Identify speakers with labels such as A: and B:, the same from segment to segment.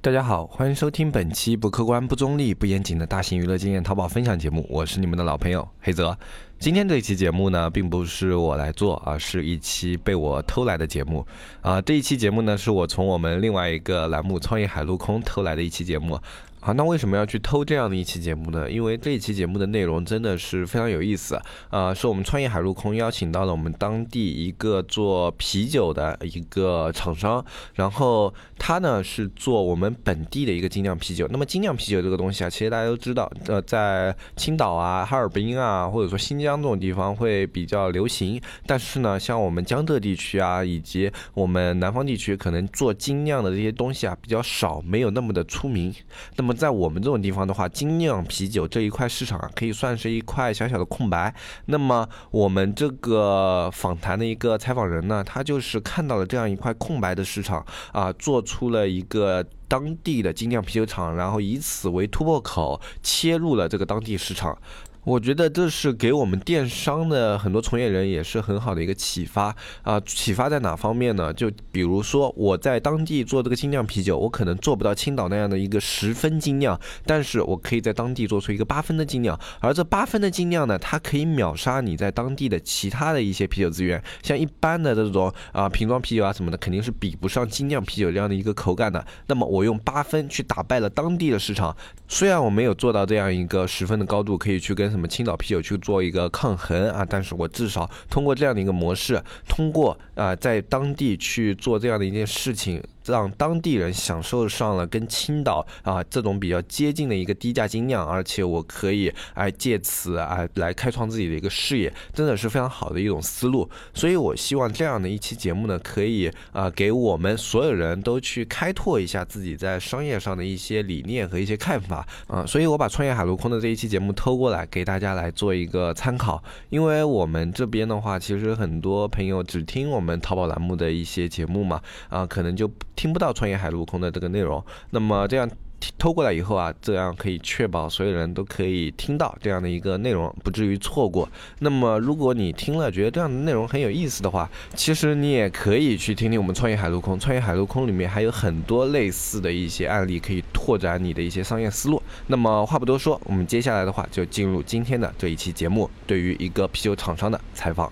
A: 大家好，欢迎收听本期不客观、不中立、不严谨的大型娱乐经验淘宝分享节目，我是你们的老朋友黑泽。今天这期节目呢，并不是我来做啊，是一期被我偷来的节目啊。这一期节目呢，是我从我们另外一个栏目《创业海陆空》偷来的一期节目。啊，那为什么要去偷这样的一期节目呢？因为这一期节目的内容真的是非常有意思，呃，是我们创业海陆空邀请到了我们当地一个做啤酒的一个厂商，然后他呢是做我们本地的一个精酿啤酒。那么精酿啤酒这个东西啊，其实大家都知道，呃，在青岛啊、哈尔滨啊，或者说新疆这种地方会比较流行，但是呢，像我们江浙地区啊，以及我们南方地区，可能做精酿的这些东西啊比较少，没有那么的出名。那么在我们这种地方的话，精酿啤酒这一块市场啊，可以算是一块小小的空白。那么我们这个访谈的一个采访人呢，他就是看到了这样一块空白的市场啊，做出了一个。当地的精酿啤酒厂，然后以此为突破口，切入了这个当地市场。我觉得这是给我们电商的很多从业人也是很好的一个启发啊！启发在哪方面呢？就比如说我在当地做这个精酿啤酒，我可能做不到青岛那样的一个十分精酿，但是我可以在当地做出一个八分的精酿，而这八分的精酿呢，它可以秒杀你在当地的其他的一些啤酒资源，像一般的这种啊瓶装啤酒啊什么的，肯定是比不上精酿啤酒这样的一个口感的。那么我用八分去打败了当地的市场，虽然我没有做到这样一个十分的高度，可以去跟什么青岛啤酒去做一个抗衡啊，但是我至少通过这样的一个模式，通过啊、呃在当地去做这样的一件事情，让当地人享受上了跟青岛啊、这种比较接近的一个低价精酿，而且我可以哎、借此哎、来开创自己的一个事业，真的是非常好的一种思路。所以我希望这样的一期节目呢，可以啊、给我们所有人都去开拓一下自己在商业上的一些理念和一些看法啊、所以我把创业海陆空的这一期节目偷过来给大家来做一个参考，因为我们这边的话，其实很多朋友只听我们淘宝栏目的一些节目嘛，啊、可能就听不到创业海陆空的这个内容。那么这样偷过来以后啊，这样可以确保所有人都可以听到这样的一个内容，不至于错过。那么如果你听了觉得这样的内容很有意思的话，其实你也可以去听听我们创业海陆空。创业海陆空里面还有很多类似的一些案例，可以拓展你的一些商业思路。那么话不多说，我们接下来的话就进入今天的这一期节目，对于一个啤酒厂商的采访。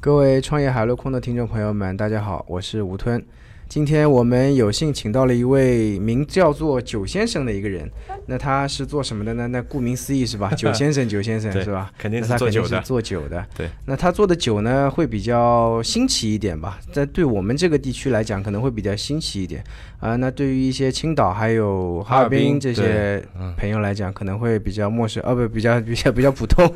B: 各位创业海陆空的听众朋友们，大家好，我是吴吞。今天我们有幸请到了一位名叫做九先生的一个人，那他是做什么的呢？那顾名思义是 吧？九先生，九先生
C: 对
B: 是吧？
C: 肯定
B: 那
C: 是
B: 他
C: 做
B: 肯定
C: 酒
B: 是
C: 的
B: 做酒的。
C: 对，
B: 那他做的酒呢，会比较新奇一点吧？在对我们这个地区来讲，可能会比较新奇一点。啊、那对于一些青岛还有哈尔
C: 哈尔滨嗯
B: 这些朋友来讲，可能会比较陌生，啊，不，比较比较比较普通。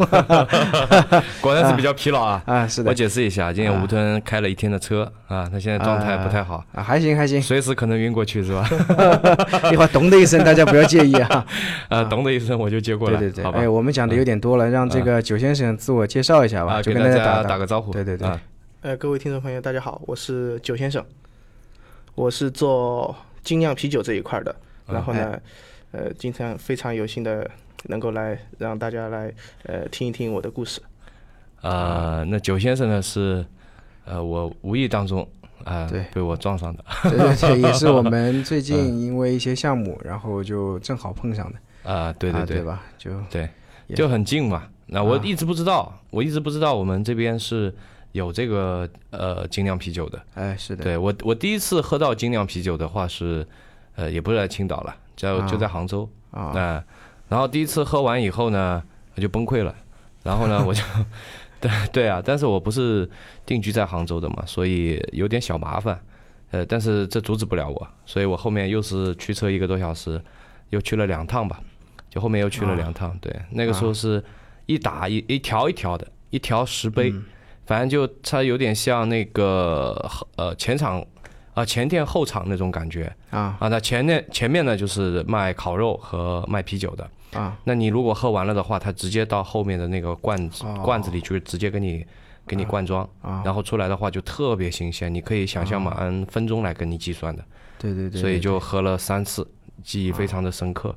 C: 果然是比较疲劳啊。
B: 啊，是的
C: 我，解释一下，今天吴吞开了一天的车啊，他现在状态不太好，
B: 啊，还行还行，
C: 随时可能晕过去 是吧？
B: 一会儿咚的一声，大家不要介意啊。
C: 啊，咚的一声我就 接过来，
B: 对对对，
C: 好吧嗯
B: 哎，？我们讲的有点多了，让这个九先生自我介绍一下吧，
C: 啊，
B: 就
C: 给
B: 跟
C: 大
B: 家
C: 家
B: 打
C: 打个招呼。
B: 对对对
C: 啊
D: 呃，各位听众朋友，大家好，我是九先生，我是做精酿啤酒这一块的。
C: 嗯
D: 然后呢，
C: 哎
D: 呃，经常非常有幸的能够来让大家来呃听一听我的故
C: 嗯
D: 事。
C: 呃，那九先生呢是，呃，我无意当中啊
B: 对
C: 被我撞上的
B: 对对 对，也是我们最
C: 嗯
B: 近因为一些项目，然后就正好碰上的，
C: 啊，对
B: 啊
C: 对
B: 对
C: 对
B: 吧？啊就
C: 对，
B: 也
C: 就很近嘛。那我一直不知道，我一直不知道我们这边是有这个呃精酿啤酒的。
B: 哎，是的，
C: 对我，我第一次喝到精酿啤酒的话是，呃，也不是在青岛了，就就在杭州
B: 啊
C: 那、哎然后第一次喝完以后呢， 我就崩溃了。然后呢，我就 对对啊，但是我不是定居在杭州的嘛，所以有点小麻烦。呃，但是这阻止不了我，所以我后面又是驱车一个多小时，又去了两趟吧，就后面又去了两趟。对，那个时候是一打一一条一条的，一条十杯，反正就它有点像那个呃前场啊、前店后场那种感觉
B: 啊
C: 啊。那前面前面呢就是卖烤肉和卖啤酒的，
B: 啊
C: 那你如果喝完了的话，它直接到后面的那个罐子、
B: 哦
C: 罐子里去，直接给你给你灌装，
B: 啊
C: 然后出来的话就特别新鲜，你可以想象嘛，按分钟来跟你计算的，
B: 对对对，
C: 啊所以就喝了三次，记忆非常的深刻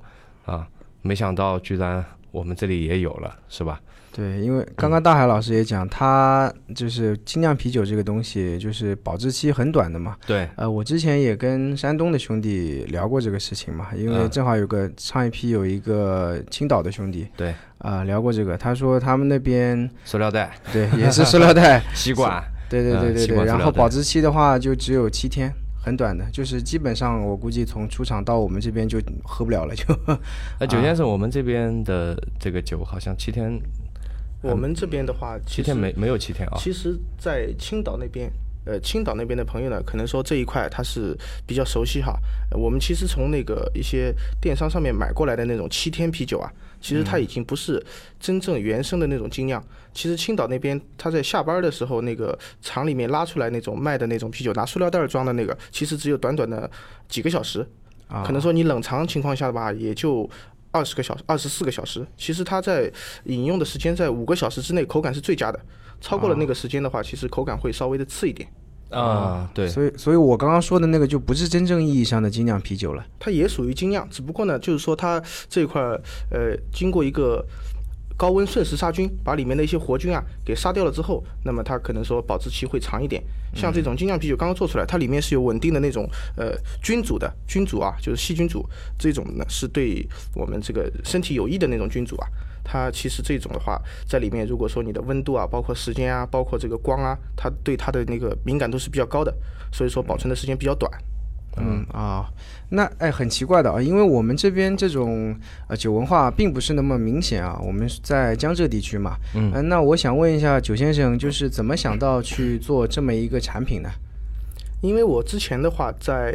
C: 啊！没想到居然我们这里也有了，是吧？
B: 对，因为刚刚大海老师也讲，他就是精酿啤酒这个东西，就是保质期很短的嘛。
C: 对，
B: 呃，我之前也跟山东的兄弟聊过这个事情嘛，因为
C: 嗯
B: 正好有个上一批有一个青岛的兄弟，
C: 对，
B: 啊、聊过这个，他说他们那 边
C: 塑料袋、
B: 对也是塑料 袋，
C: 吸管，
B: 对对对
C: 嗯
B: 对
C: 习
B: 对，
C: 惯塑
B: 然
C: 料
B: 后
C: 袋
B: 保质期的话就只有七天。很短的，就是基本上我估计从出厂到我们这边就喝不了了，就
C: 呃，
B: 啊
C: 酒先生，我们这边的这个酒好像七天，
D: 我们这边的话，其
C: 七
D: 实
C: 天没没有七天啊。
D: 其实，在青岛那边，呃，青岛那边的朋友呢，可能说这一块他是比较熟悉哈。呃我们其实从那个一些电商上面买过来的那种七天啤酒啊，其实它已经不是真正原生的那种精酿。其实青岛那边他在下班的时候，那个厂里面拉出来那种卖的那种啤酒，拿塑料袋儿装的那个，其实只有短短的几个小时，
B: 啊，
D: 可能说你冷藏情况下吧，也就二十个小时、二十四个小时。其实它在饮用的时间在五个小时之内，口感是最佳的。超过了那个时间的话，其实口感会稍微的次一点。
C: 啊，对，
B: 所以所以我刚刚说的那个就不是真正意义上的精酿啤酒了，
D: 它也属于精酿，只不过呢，就是说它这块儿呃，经过一个高温瞬时杀菌，把里面的一些活菌啊给杀掉了之后，那么它可能说保质期会长一点。像这种精酿啤酒刚刚做出来，它里面是有稳定的那种呃菌组的菌组啊，就是细菌组，这种呢是对我们这个身体有益的那种菌组啊。它其实这种的话，在里面如果说你的温度啊，包括时间啊，包括这个光啊，它对它的那个敏感度是比较高的，所以说保存的时间比较短。
B: 嗯啊，那哎很奇怪的啊，因为我们这边这种呃酒文化并不是那么明显啊，我们是在江浙地区嘛，嗯、那我想问一下酒先生，就是怎么想到去做这么一个产品呢？
D: 因为我之前的话在，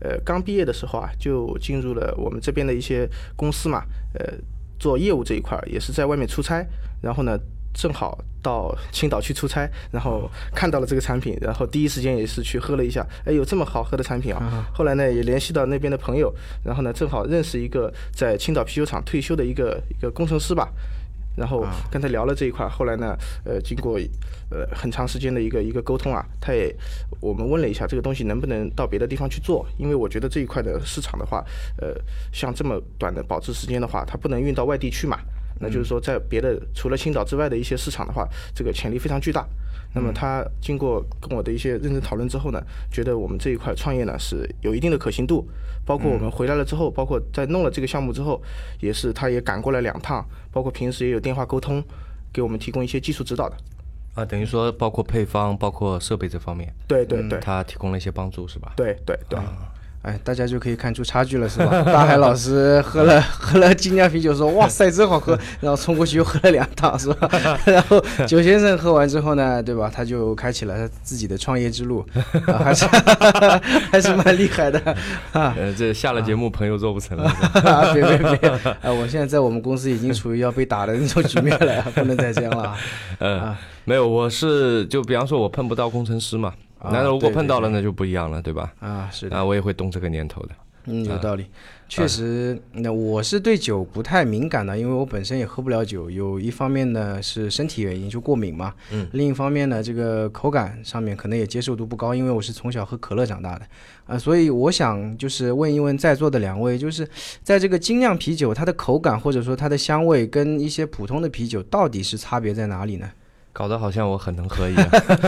D: 呃刚毕业的时候啊，就进入了我们这边的一些公司嘛，呃做业务这一块儿，也是在外面出差，然后呢正好到青岛去出差，然后看到了这个产品，然后第一时间也是去喝了一下，哎有这么好喝的产品啊！后来呢也联系到那边的朋友，然后呢正好认识一个在青岛啤酒厂退休的一个一个工程师吧。然后跟他聊了这一块儿，后来呢，呃，经过呃很长时间的一个一个沟通啊，他也我们问了一下这个东西能不能到别的地方去做，因为我觉得这一块的市场的话，呃，像这么短的保质时间的话，它不能运到外地去嘛。那就是说，在别的除了青岛之外的一些市场的话，这个潜力非常巨大。那么他经过跟我的一些认真讨论之后呢，觉得我们这一块创业呢是有一定的可行度，包括我们回来了之后，包括在弄了这个项目之后，也是他也赶过来两趟，包括平时也有电话沟通，给我们提供一些技术指导的。
C: 啊，等于说包括配方、包括设备这方面，
D: 对对对
C: 他提供了一些帮助，是吧？
D: 对对对，
B: 哎，大家就可以看出差距了，是吧？大海老师喝了喝了精酿啤酒，说哇塞，真好 喝，然后冲过去又喝了两趟，是吧？ 然后酒先生喝完之后呢，对吧？他就开启了他自己的创业之路，啊、还是 还是蛮厉害的。
C: 呃，这下了节目朋友做不成 了。
B: 啊， 别别别！啊，我现在在我们公司已经处于要被打的那种局面了， 不能再这样了。啊
C: 呃，没有，我是就比方说，我碰不到工程师嘛，
B: 啊
C: 那如果
B: 对
C: 碰到
B: 对
C: 了，那就不一样了，对吧？
B: 啊，是的，
C: 啊，我也会动这个念头的。
B: 嗯，有道理。确实，那我是对酒不太敏感的，因为我本身也喝不了酒。有一方面呢是身体原因，就过敏嘛。嗯。另一方面呢，这个口感上面可能也接受度不高，因为我是从小喝可乐长大的。啊，所以我想就是问一问在座的两位，就是在这个精酿啤酒，它的口感或者说它的香味跟一些普通的啤酒到底是差别在哪里呢？
C: 搞得好像我很能喝一啊 样。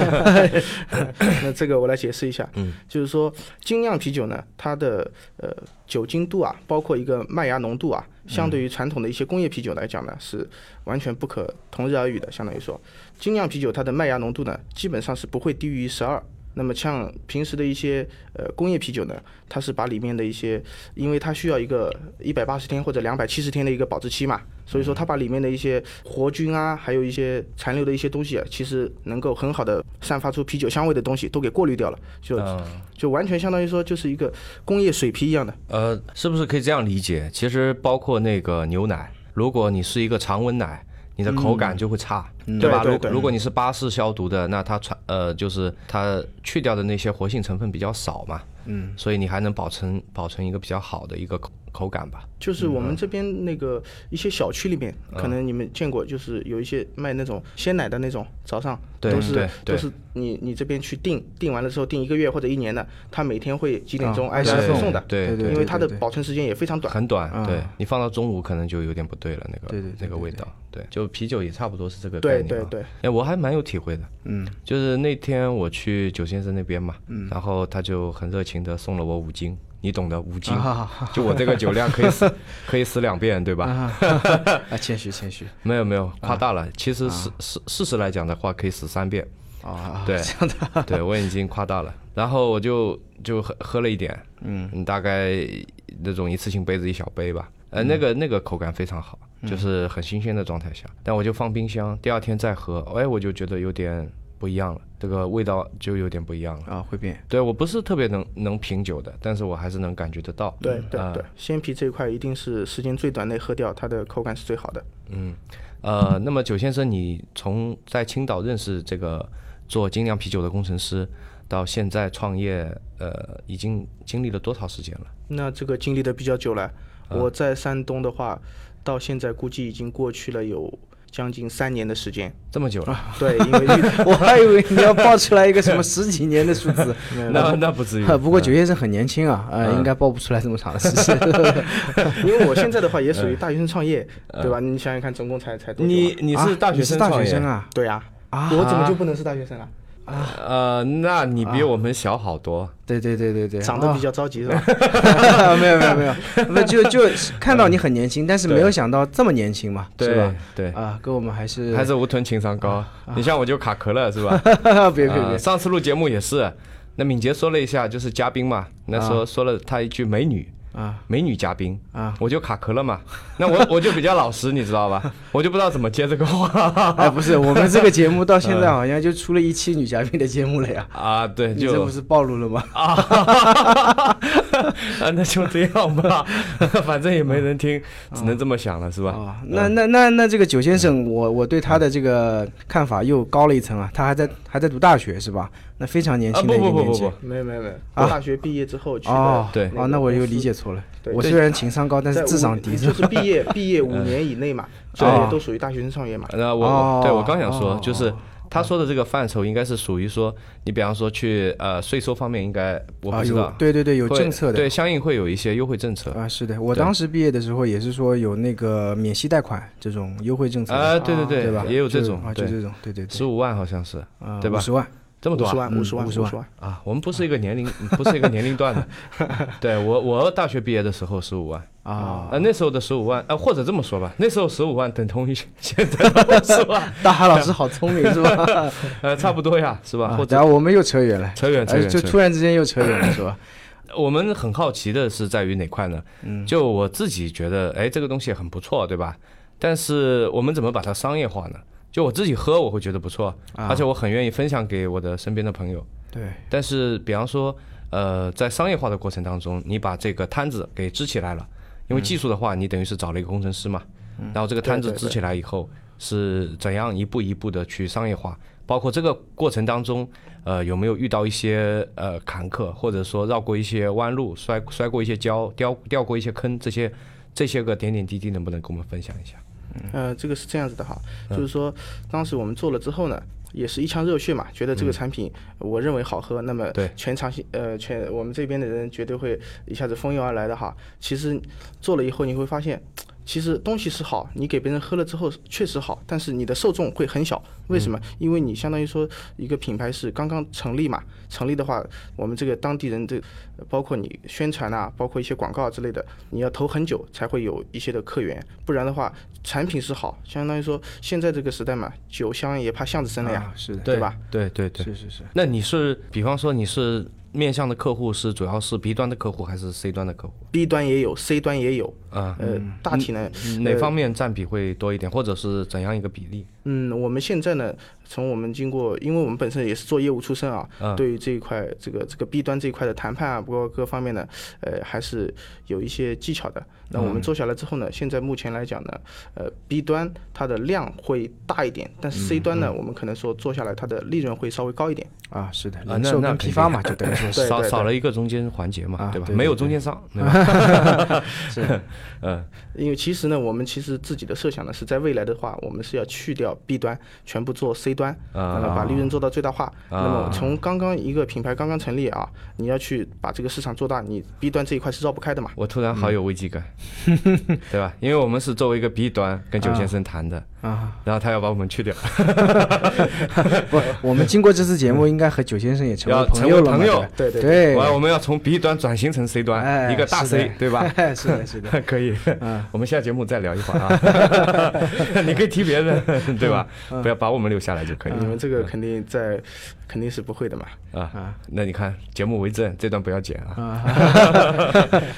D: 那这个我来解释一下，嗯，就是说精酿啤酒呢，它的呃酒精度啊，包括一个麦芽浓度啊，相对于传统的一些工业啤酒来讲呢，是完全不可同日而语的。相当于说，精酿啤酒它的麦芽浓度呢，基本上是不会低于十二。那么像平时的一些呃工业啤酒呢，它是把里面的一些，因为它需要一个一百八十天或者两百七十天的一个保质期嘛，所以说它把里面的一些活菌啊，还有一些残留的一些东西、啊，其实能够很好的散发出啤酒香味的东西都给过滤掉了，就、
C: 嗯
D: 就完全相当于说就是一个工业水啤一样的。
C: 呃，是不是可以这样理解？其实包括那个牛奶，如果你是一个常温奶，你的口感就会差，对吧？
D: 对
C: 如
D: 对
C: 如果你是巴氏消毒的，那它传呃就是它去掉的那些活性成分比较少嘛，嗯，所以你还能保存保存一个比较好的一个口口感吧。
D: 就是我
C: 嗯
D: 们这边那个一些小区里面，可能你们见过，就是有一些卖那种鲜奶的那种，早上
C: 对
D: 都
C: 对
D: 是
C: 对
D: 都是你你这边去订，订完了之后订一个月或者一年的，他每天会几点钟
B: 啊
D: 按时
B: 对
D: 送送的，
C: 对
B: 对
D: 因为它的
B: 对对
D: 保存时间也非常短。
C: 很短，对
B: 啊
C: 你放到中午可能就有点不对了，那个
B: 对对对
C: 那个味道，对，就啤酒也差不多是这个概
D: 对
C: 念、啊。
D: 对对，
C: 哎，我还蛮有体会的，
B: 嗯，
C: 就是那天我去九先生那边嘛，然后他就很热情的送了我五斤，你懂的，五斤，
B: 啊
C: 就我这个酒量可 以死，可以死两遍，对吧？
B: 啊，谦虚谦虚
C: 没有没有，夸大了，其实事事事实来讲的话，可以死三遍，
B: 啊，
C: 对，对我已经夸大了。然后我就就喝喝了一点，嗯，大概那种一次性杯子一小杯吧，呃，那个那个口感非常好，就是很新鲜的状态下，但我就放冰箱，第二天再喝，哎，我就觉得有点不一样了，这个味道就有点不一样了。
B: 啊，会变，
C: 对我不是特别能能品酒的，但是我还是能感觉得到。
B: 嗯
D: 对对
C: 啊
D: 对，鲜啤这一块一定是时间最短内喝掉，它的口感是最好的。
C: 呃，那么九先生，你从在青岛认识这个做精酿啤酒的工程师，到现在创业，呃，已经经历了多少时间了？
D: 那这个经历的比较久了，
B: 啊
D: 我在山东的话，到现在估计已经过去了有将近三年的时间。
C: 这么久
B: 啊
C: 了？
D: 对，因为遇
B: 我还以为你要报出来一个什么十几年的数 字，
C: 那那嗯不至于
B: 啊，不过九先生很年轻啊，呃，应该报不出来这么长的时间。
D: 因为我现在的话也属
B: 嗯
D: 于大学生创业，对吧？你想想看，总共才才多久嘛
C: 你 你是大
B: 啊
C: 学生
B: 你是大
C: 创
B: 学
C: 业
B: 生？啊？
D: 对呀、我怎么就不能是大学生了？
C: 呃，那你
B: 啊
C: 比我们小好多。
B: 对对对对对，啊
D: 长得比较着急是 吧？
B: 较没有没有没有，不就就看到你很年轻，但是没有想到这么年轻嘛，是
C: 对
B: 吧？
C: 对，
B: 啊，跟我们还是
C: 还是吴屯情商高。你像我就卡壳了，是吧？
B: 别别别
C: 呃，上次录节目也是，那敏杰说了一下，就是嘉宾嘛，那时候说了他一句美女。
B: 啊
C: 美女嘉宾
B: 啊，
C: 我就卡壳了嘛。 那我我就比较老实，你知 道吧？我就不知道怎么接这个话
B: 哎，不是，我们这个节目到现
C: 嗯
B: 在好像就出了一期女嘉宾的节目了呀，
C: 啊。对，
B: 你这
C: 就
B: 不是暴露了吗？
C: 啊， 啊，那就这样吧， 反正也没人听，
B: 哦
C: 只能这么想了，是吧？嗯
B: 啊，那那那那这个九先生，我我对他的这个看法又高了一层啊，他还在还在读大学是吧？那非常年
C: 啊，
B: 轻
C: 不
B: 的一个
C: 不不
B: 年
C: 不
B: 纪
C: 不。，
D: 没有没有没有，
B: 啊
D: 我大学毕业之后去的。
B: 哦，
C: 对
B: 哦，那我又理解错了。
D: 对
B: 我虽然情商高，但是
D: 在
B: 智
D: 五
B: 商低。
D: 年就是 毕业毕业五年以内嘛，
B: 嗯
D: 所
B: 哦
D: 以都属于大学生创业嘛。
C: 那我、
B: 哦
C: 我对我刚想说，
B: 哦
C: 就是他说的这个范畴，应该是属于说，你比方说去呃税收方面，应该我
B: 啊
C: 不知
B: 有
C: 道，
B: 对对对，有
C: 会
B: 政策的。
C: 对，相应会有一些优惠政策。
B: 啊，是的，我
C: 对
B: 当时毕业的时候也是说有那个免息贷款这种优惠政策的，
C: 啊，对对
B: 对吧？
C: 也有这
B: 就
C: 种
B: 啊，，就
C: 对，
B: 这种，对对对
C: 十，五万好像是
B: 啊
C: 对吧
B: 五十万
C: 这么
D: 五
C: 多
D: 十
C: 啊
D: 万，五十万，
B: 嗯
D: 五
B: 50
D: 十
B: 万
D: 万，
C: 啊，我们不是一个年龄，不是一个年龄段的。对我，我大学毕业的时候十五万，
B: 啊，
C: 呃，那时候的十五万，呃，或者这么说吧，那时候十五万等同于现在 的十万，
B: 大哈老师好聪明是 吧？
C: 呃，差不多呀，是吧？
B: 啊
C: 或者
B: 然后我们又扯远了，
C: 扯 远扯
B: 哎
C: 远，
B: 就
C: 扯远
B: 突然之间又扯远了是吧？
C: 我们很好奇的是在于哪块呢？
B: 嗯
C: 就我自己觉得，哎，这个东西很不错，对吧？但是我们怎么把它商业化呢？就我自己喝，我会觉得不错，
B: 啊
C: 而且我很愿意分享给我的身边的朋友。
B: 对，
C: 但是，比方说，呃，在商业化的过程当中，你把这个摊子给支起来了，因为技术的话，你等于是找了一个工程师嘛，
B: 嗯
C: 然后这个摊子
D: 对对
C: 支起来以后，是怎样一步一步的去商业化？包括这个过程当中，呃，有没有遇到一些呃坎坷，或者说绕过一些弯路，摔摔过一些跤，掉掉过一些坑，这些这些个点点滴滴，能不能跟我们分享一下？
D: 呃，这个是这样子的哈，就是说当时我们做了之后呢，也是一腔热血嘛，觉得这个产品我认为好喝，那么
C: 对
D: 全场呃全我们这边的人绝对会一下子蜂拥而来的哈。其实做了以后你会发现。其实东西是好，你给别人喝了之后确实好，但是你的受众会很小。为什么？
B: 嗯
D: 因为你相当于说一个品牌是刚刚成立嘛，成立的话，我们这个当地人这包括你宣传啊，包括一些广告之类的，你要投很久才会有一些的客源，不然的话，产品是好，相当于说现在这个时代嘛，酒香也怕巷子深了呀
B: 啊，是的，
D: 对吧？
C: 对对对。
B: 是是是。
C: 那你是，比方说你是面向的客户是主要是 B 端的客户还是 C 端的客户？
D: B 端也有，C 端也有，
C: 啊，
D: 呃，大体呢，
C: 嗯哪方面占比会多一点，或者是怎样一个比例？
D: 嗯，我们现在呢，从我们经过，因为我们本身也是做业务出身啊，对于这一块这个这个 B 端这一块的谈判啊，包括各方面呢，呃，还是有一些技巧的。那我们做下来之后呢，现在目前来讲呢，呃，B 端它的量会大一点，但是 C 端呢，我们可能说做下来它的利润会稍微高一点。
B: 啊，是的，
C: 啊
B: 零
C: 那
B: 售
C: 那
B: 跟
C: 肯
B: 批
C: 定
B: 发嘛，就等于说是
D: 对
C: 少
D: 对
C: 少了一个中间环节嘛，
B: 啊
C: 吧？
B: 对对
C: 没有
B: 对
C: 中间商，对吧？
B: 是，
C: 嗯
D: 因为其实呢，我们其实自己的设想呢是在未来的话，我们是要去掉 B 端，全部做 C 端，那
C: 呃啊
D: 么把利润做到最大化。那么从刚刚一个品牌刚刚成立啊，你要去把这个市场做大，你 B 端这一块是绕不开的嘛。
C: 我突然好有危 机感，对吧？因为我们是作为一个 B 端跟九先生谈的，
B: 啊，
C: 然后他要把我们去掉，
B: 不，我们经过这次节目，应该和九先生也成为
C: 嗯要成
B: 朋
C: 为
B: 友了嘛，
C: 朋友
D: 对
B: 对
D: 对
B: 吧对，
C: 我我们要从 B 端转型成 C 端，
B: 哎
C: 一个大
B: 是的
C: C，对吧？
B: 是的， 是的，嗯
C: 可以，我们下节目再聊一会 儿啊。 你可以提别人，
B: 嗯
C: 对吧？不要把我们留下来就可以嗯
D: 你们
C: 了。
D: 这个肯定在，肯定是不会的嘛。
B: 嗯
C: 啊，那你看节目为证，这段不要剪啊。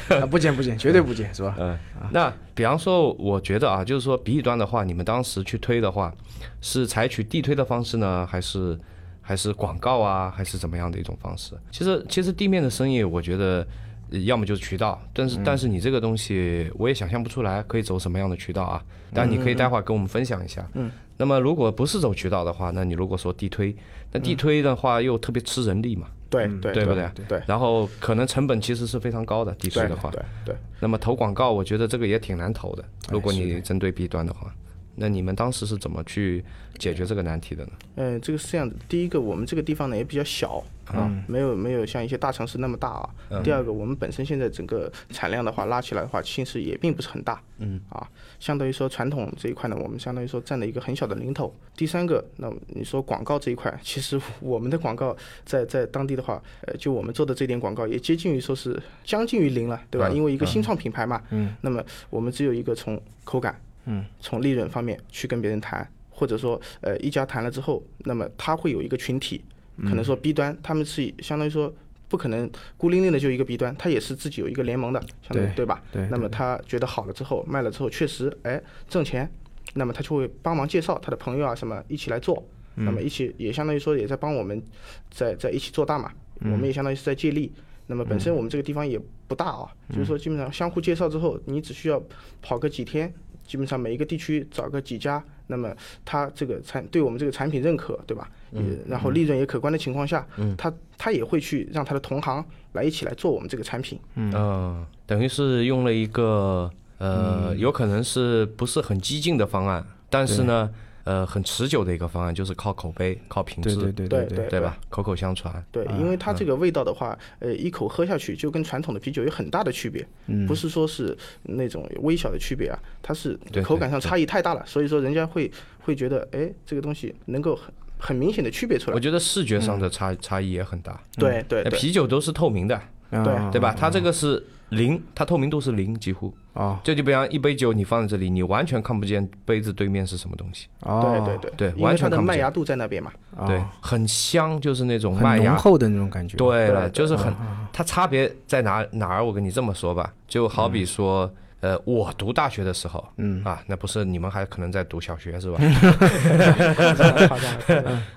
B: 啊，不减不减，绝对不减，是吧？
C: 嗯，那比方说，我觉得啊，就是说 B 端的话，你们当时去推的话，是采取地推的方式呢，还是还是广告啊，还是怎么样的一种方式？其实其实地面的生意，我觉得呃要么就是渠道，但是、但是你这个东西我也想象不出来可以走什么样的渠道啊。但你可以待会儿跟我们分享一下。嗯。那么如果不是走渠道的话，那你如果说地推，那地推的话又特别吃人力嘛，
D: 对
C: 嗯
D: 对
C: 对不对？
D: 对
C: 然后可能成本其实是非常高的，地推
D: 对
C: 的话。
D: 对对。
C: 那么投广告，我觉得这个也挺难投的。如果你针对 B 端的话，那你们当时是怎么去解决这个难题的呢？
D: 嗯，这个是这样的。第一个，我们这个地方呢也比较小啊，
C: 嗯
D: 没有没有像一些大城市那么大啊。第二个，我们本身现在整个产量的话拉起来的话，其实也并不是很大。嗯啊，相当于说传统这一块呢，我们相当于说占了一个很小的零头。第三个，那你说广告这一块，其实我们的广告在在当地的话，呃，就我们做的这点广告也接近于说是将近于零了，对吧？因为一个新创品牌嘛，嗯，那么我们只有一个从口感，嗯，从利润方面去跟别人谈，或者说呃一家谈了之后，那么他会有一个群体，可能说 B 端他们是以相当于说。不可能孤零零的就一个 B 端，他也是自己有一个联盟的，相当于
B: 对
D: 对吧？
B: 对
D: 那么他觉得好了之后，卖了之后确实哎挣钱，那么他就会帮忙介绍他的朋友啊什么一起来做，那么一起也相当于说也在帮我们在在一起做大嘛，我们也相当于是在借力。那么本身我们这个地方也不大啊，就是说基本上相互介绍之后，你只需要跑个几天，基本上每一个地区找个几家，那么他这个产对我们这个产品认可，对吧？嗯，然后利润也可观的情况下，嗯，他他也会去让他的同行来一起来做我们这个产品。
C: 嗯、等于是用了一个呃，有可能是不是很激进的方案，但是呢，呃，很持久的一个方案，就是靠口碑、靠品质，
B: 对对对
D: 对
B: 对，
D: 对
C: 对吧？口口相传。
D: 对，因为
C: 啊
D: 它这个味道的话，呃，一口喝下去就跟传统的啤酒有很大的区别，
C: 嗯
D: 不是说是那种微小的区别啊，它是
C: 对
D: 口感上差异太大了，所以说人家会会觉得，哎，这个东西能够很很明显的区别出
C: 我
D: 来。
C: 觉得视觉上的差、差异也很大。
D: 对对
C: 哎
D: 对，
C: 啤酒都是透明的，
B: 啊
C: 对吧？它这个是零，它透明度是零，几乎。
B: 哦
C: 这就比方一杯酒，你放在这里，你完全看不见杯子对面是什么东西。
B: 哦，
D: 对对对
C: 对
D: 因
C: 完
D: 为
C: 全
D: 它的
C: 看不
D: 麦
C: 见
D: 芽度在那边嘛。
C: 对，很香，就是那种麦
B: 啊很浓
C: 芽。
B: 厚的那种感觉，
C: 对了，
D: 对
C: 就是很，它差别在哪哪儿？我跟你这么说吧，就好比说，呃，我读大学的时候，嗯啊，那不是你们还可能在读小学是吧？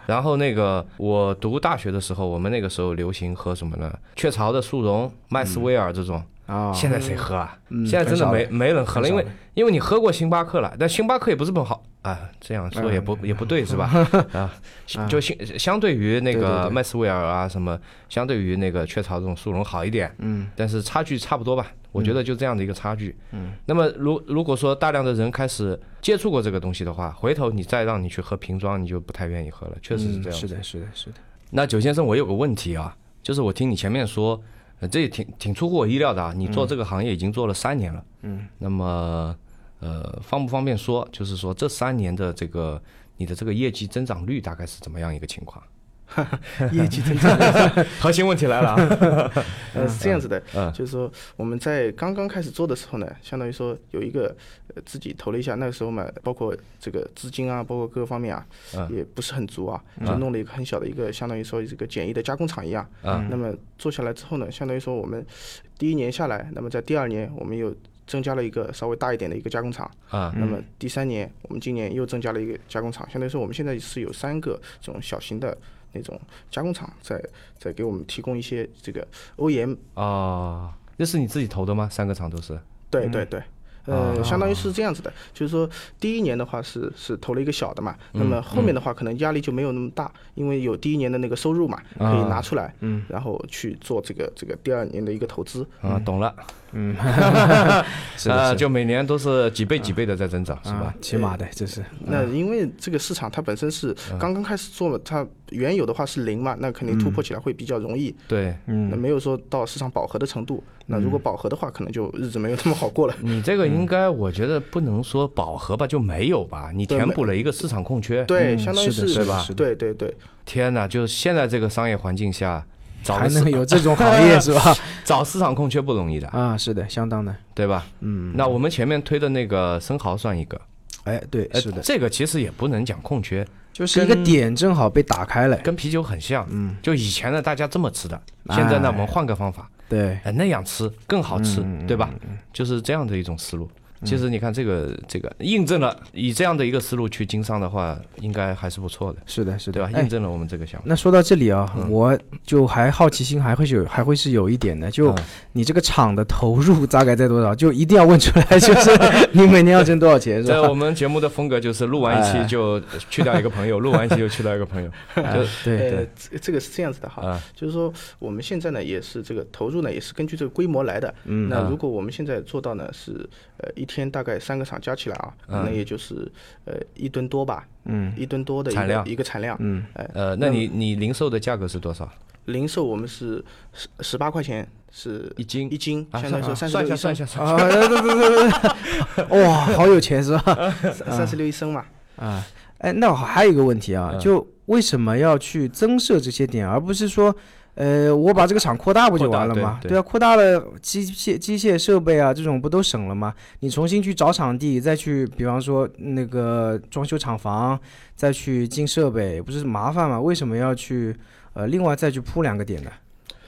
C: 然后那个我读大学的时候，我们那个时候流行喝什么呢？雀巢的速溶、麦斯威尔这种。
B: 啊，
C: 现在谁喝啊？
B: 嗯
C: 现在真的
B: 很
C: 没
B: 少
C: 没人喝了，
B: 很
C: 因
B: 少
C: 为因为你喝过星巴克了，但星巴克也不是很好啊。这样
B: 嗯
C: 说也不也不 对是吧？啊，就相相对于那
B: 对对
C: 个
B: 嗯对
C: 麦斯威尔啊什么，相对于那个雀巢这种速溶好一点，嗯，但是差距差不多吧。我觉得就这样的一个差距。嗯，那么如如果说大量的人开始接触过这个东西的话，回头你再让你去喝瓶装，你就不太愿意喝了，确实是
B: 嗯
C: 这样。
B: 是的，是的，是的，
C: 那九先生，我有个问题啊，就是我听你前面说，呃、这也挺挺出乎我意料的啊。你做这个行业已经做了三年了，嗯，那么呃，方不方便说，就是说这三年的这个你的这个业绩增长率大概是怎么样一个情况？
D: 业绩增长
C: 核心问题来了、啊，
D: 呃，是这样子的，
C: 嗯
D: 就是说我们在刚刚开始做的时候呢，相当于说有一个呃自己投了一下，那个时候嘛，包括这个资金啊，包括各个方面啊，
C: 嗯
D: 也不是很足啊，就弄了一个很小的一个，相当于说这个简易的加工厂一样。
C: 嗯
D: 那么做下来之后呢，相当于说我们第一年下来，那么在第二年我们又增加了一个稍微大一点的一个加工厂
C: 啊，
D: 那么第三年我们今年又增加了一个加工厂，相当于说我们现在是有三个这种小型的。那种加工厂在在给我们提供一些这个 E OEM
C: 哦，
B: 啊
C: 这是你自己投的吗？三个厂都是？
B: 嗯
D: 对对对。
B: 啊
D: 呃，相当于是这样子的，就是说第一年的话是是投了一个小的嘛，
B: 嗯
D: 那么后面的话可能压力就没有那么大，因为有第一年的那个收
B: 嗯
D: 入嘛，可以拿出来，然后去做这个这个第二年的一个投资。
C: 啊，懂了，
B: 嗯， 是的，
C: 那
B: 是的
C: 就每年都是几倍几倍的在增呃长，是吧
B: 啊？，起码的，这是
D: 那因为这个市场它本身是
B: 嗯
D: 刚刚开始做嘛，它原有的话是零嘛，那肯定突
B: 嗯
D: 破起来会比较容易。
C: 对
D: 那没有说到市场饱和的程度。
B: 嗯
D: 那如果饱和的话，可能就日子没有那么好过了。
C: 你这个应该，我觉得不能说饱和吧，就没有吧，你填补了一个市场空缺。
D: 对，
B: 嗯
D: 相当于
B: 是的
D: 是
B: 是的是的
D: 对对对，
C: 天哪，就是现在这个商业环境下，找
B: 还
C: 个市
B: 能有这种行业是吧？
C: 找市场空缺不容易的，
B: 啊，是的，相当的，
C: 对吧？嗯，那我们前面推的那个生蚝算一个，
B: 哎，对，
C: 呃
B: 是的，
C: 这个其实也不能讲空缺，
B: 就是一个点正好被打开了，
C: 跟啤酒很像，嗯，就以前呢大家这么吃的，现在呢
B: 哎嗯
C: 我们换个方法，
B: 对，
C: 哎，那样吃更好吃，对吧？就是这样的一种思路。
B: 嗯
C: 其实你看这个这个印证了，以这样的一个思路去经商的话，应该还是不错的，
B: 是的，是
C: 对
B: 的
C: 吧，？嗯
B: 哎
C: 印证了我们这个想法。
B: 那说到这里啊，我就还好奇心还会是有还会是有一点的，就
C: 嗯
B: 你这个厂的投入大概在多少，就一定要问出来，就是你每年要挣多少钱是
C: 在我
B: 吧？
C: 们节目的风格就是录完一期就去掉一 个朋友，录完一期就去掉一个朋友。
B: 哎对
D: 呃
B: 对，，
D: 这这个是这样子的哈
C: 啊，
D: 就是说我们现在呢也是这个投入呢也是根据这个规模来的。
C: 嗯啊
D: 那如果我们现在做到呢是呃一天大概三个厂加起来啊，可能也就是呃一吨多吧，嗯，一吨多的一
C: 产
D: 个
C: 量
D: 一个产量。嗯，哎，
C: 呃，那你你零售的价格是多少？
D: 零售我们是十十八块钱是
C: 一斤
D: 一斤，
C: 啊
D: 相当于说
C: 算算
D: 三十
C: 一
D: 六
C: 下算
D: 一
C: 一
D: 升，
C: 下算一下。
B: 啊，对对对对对，哇，好有钱是吧？
D: 三十六一升嘛。
B: 啊，哎，那我还有一个问题啊，就为什么要去增设这些点，而不是说，呃，我把这个厂扩大不就完了
C: 扩大
B: 吗？
C: 对对
B: 啊，扩大了机械机械设备啊，这种不都省了吗？你重新去找场地，再去，比方说那个装修厂房，再去进设备，不是麻烦吗？为什么要去呃另外再去铺两个点呢？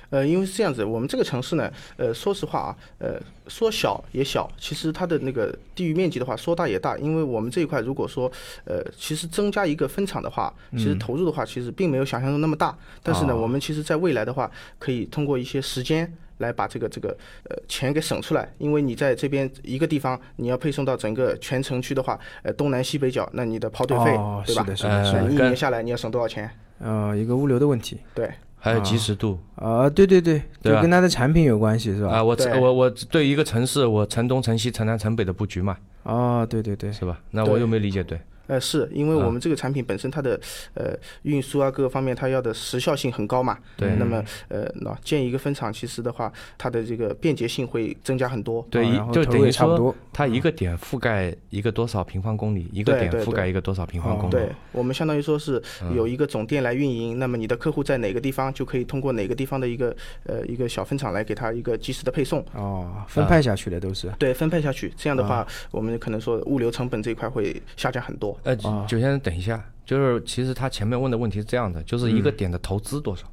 D: 呃，因为是这样子，我们这个城市呢，呃，说实话啊，呃，说小也小，其实它的那个地域面积的话，说大也大。因为我们这一块如果说，呃，其实增加一个分厂的话，其
B: 嗯
D: 实投入的话，其实并没有想象中那么大。但是呢，
B: 哦
D: 我们其实在未来的话，可以通过一些时间。来把这个这个呃钱给省出来，因为你在这边一个地方，你要配送到整个全城区的话，呃东南西北角，那你的跑腿费、
B: 哦，
D: 对
B: 是
D: 吧？嗯
B: 的，是的，是的，
D: 那你一
C: 跟
D: 年下来你要省多少钱？
B: 呃，一个物流的问题
D: 对，
C: 还有及时度
B: 啊、对对对，
C: 对
B: 就
C: 吧
B: 跟它的产品有关系是
C: 啊！
B: 吧？
C: 我
D: 对
C: 我我对一个城市，我城东、城西、城南、城北的布局嘛，
B: 哦，对对对，
C: 是吧？那我有没有理解对？
D: 呃，是因为我们这个产品本身它的呃运输啊各个方面它要的时效性很高嘛。
C: 对
D: 那么呃，那建一个分厂，其实的话，它的这个便捷性会增加很多。
C: 对，
B: 啊
C: 一
B: 然后
C: 就
B: 投
C: 等
B: 入也
C: 于
B: 差不
C: 说
B: 多，
C: 它一个点覆盖一个多少平方公里，一个
D: 对
C: 点
D: 对
C: 覆盖一个多少平方
B: 哦
C: 公里。
D: 对我们相当于说是有一个总店来运营，那么你的客户在哪个地方，就可以通过哪个地方的一个呃一个小分厂来给他一个及时的配送。
C: 啊
B: 哦，分派下去的都是。
D: 对，分配下去，这样的话，我们可能说物流成本这一块会下降很多。
C: 呃，九先生，等一下，就是其实他前面问的问题是这样的，就是一个
B: 嗯
C: 点的投资多少？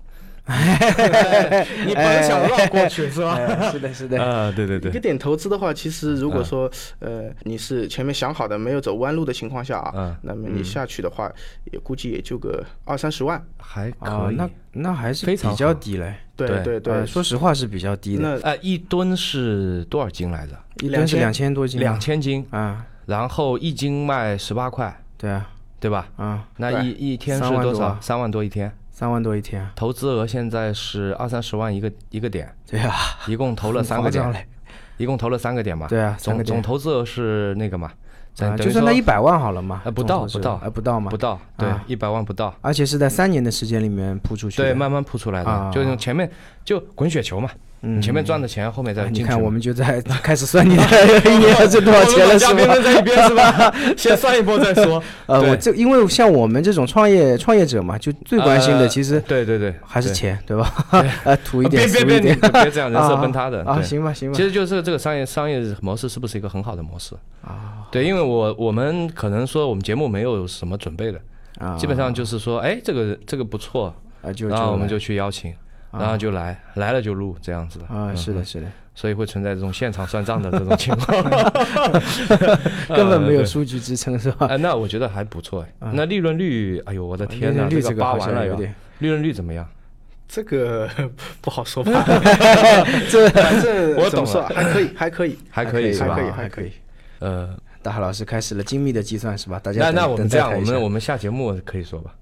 C: 你不能想绕过去 是吧？
B: 哎是的，是的，
C: 啊，对对嗯
D: 一个
C: 对，
D: 点投资的话，其实如果说、呃你是前面想好的没有走弯路的情况下啊，
C: 嗯
D: 那么你下去的话，也估计也就个二三十万。
C: 还
B: 啊
C: 可，以
B: 那。那还是
C: 非常
B: 比较
C: 好
B: 低嘞。
D: 对
C: 对
D: 对
B: 呃说实话是比较低的，
D: 那
C: 呃，一吨是多少斤来着？
B: 一吨是两
D: 2000
B: 千多斤啊。
C: 两千斤，
B: 啊，
C: 然后一斤卖十八块，
B: 对啊，
C: 对吧？
B: 啊，
C: 那一一天是
B: 三万
C: 多
B: 多
C: 少？
B: 啊
C: 三万多一天。
B: 三万多一天啊。
C: 投资额现在是二三十万一个一个点，
B: 对啊，
C: 一共 投了
B: 很
C: 三
B: 夸
C: 个
B: 张
C: 点，
B: 嘞。
C: 一共投了三个点嘛。
B: 对啊三
C: 总
B: 个点
C: 总投资额是那个嘛，
B: 啊，
C: 咱等
B: 就
C: 于
B: 算那
C: 说
B: 一百万好了嘛
C: 呃，不
B: 总
C: 到
B: 投资
C: 不到
B: 呃，不到嘛
C: 不，到，对
B: 啊，
C: 一百万不到，
B: 而且是在三年的时间里面铺出去的。
C: 对，慢慢铺出来
B: 啊
C: 的，就用前面就滚雪球嘛，你前面赚的钱，后面再
B: 嗯哎你
C: 进去
B: 看，我
C: 嘛。
B: 们就在 开始 算你的一年要挣多少钱了，是吧？
C: 们在一边是吧？ 先算一波再说。
B: 呃，
C: 对
B: 我这因为像我们这种创业创业者嘛，就最关心的
C: 呃
B: 其实
C: 对对对，
B: 还 是
C: 对
B: 钱，对吧？ 呃，土一点，
C: 啊别
B: 俗
C: 别
B: 一
C: 别，
B: 点
C: 你，别这 样人设
B: 啊
C: 崩塌的。
B: 啊，
C: 对
B: 行吧，行吧
C: 其。实就是这个商业商业模式是不是一个很好的模式啊？对，因为我我们可能说我们节目没有什么准备的，
B: 啊，
C: 基本上就是说，哎，这个这个不错，
B: 啊就
C: 然后我们
B: 来
C: 就去邀请，然后就嗯来来了就录这样子的，
B: 啊，是的，是 的，
C: 所以会存在这种现场算账的这种情况。
B: 根本没有
C: 嗯对
B: 数据支撑是吧？
C: 哎，那我觉得还不错哎。那利润率，哎呦我的
B: 啊
C: 天
B: 利
C: 呐，
B: 润率
C: 这
B: 这
C: 个
B: 个
C: 扒
B: 好
C: 完了
B: 像有
C: 要
B: 点。
C: 利润率怎么样？
D: 这个 不好说吧，
B: 这
D: 反正
C: 我
D: 怎么
C: 懂
D: 说
C: 了
D: 啊还可以，还可以，
C: 还可以是
D: 还
C: 吧
D: 可？以，
B: 还
D: 还
B: 可
D: 可
B: 以
D: 以。
C: 呃，
B: 大海老师开始了精密的计算是吧？大家
C: 那
B: 等
C: 那我们
B: 等
C: 这
B: 待
C: 样，
B: 他
C: 我
B: 一下
C: 们我们下节目可以说吧？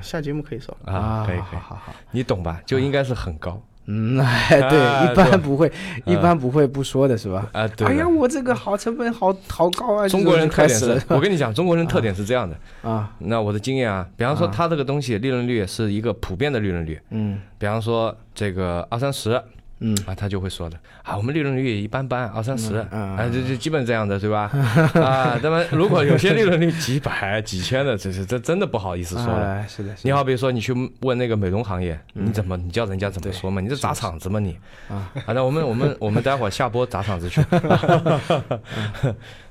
D: 下节目可以说，
C: 啊，可以可以，
B: 好好好， 啊
C: 你懂吧？就应该是很高。
B: 嗯，哎，
C: 啊
B: 对，一
C: 对
B: 般不会，一
C: 嗯
B: 般不会不说的是吧？
C: 啊，对
B: 哎呀，
C: 的。
B: 我这个好成本好好高啊！
C: 中国人
B: 这种就开
C: 特点
B: 始了
C: 是
B: 是，吧
C: 我跟你讲，中国人特点是这样的。
B: 啊，
C: 那我的经验啊，比方说
B: 啊
C: 他这个东西利润率是一个普遍的利润率，
B: 嗯
C: 比方说这个二三十啊，
B: 嗯，
C: 他就会说的啊，我们利润率一般般，二三十
B: 嗯
C: 啊，就就基本这样的，对吧？啊，那么如果有些利润率几百、几千的，这是这真的不好意思说了。
B: 哎，是的，是
C: 你
B: 的
C: 好比说你去问那个美容行业，你怎么你叫人家怎么说嘛？你这砸场子嘛你？
B: 啊
C: 嗯啊，那我们我 们我们待会儿下播砸场子去。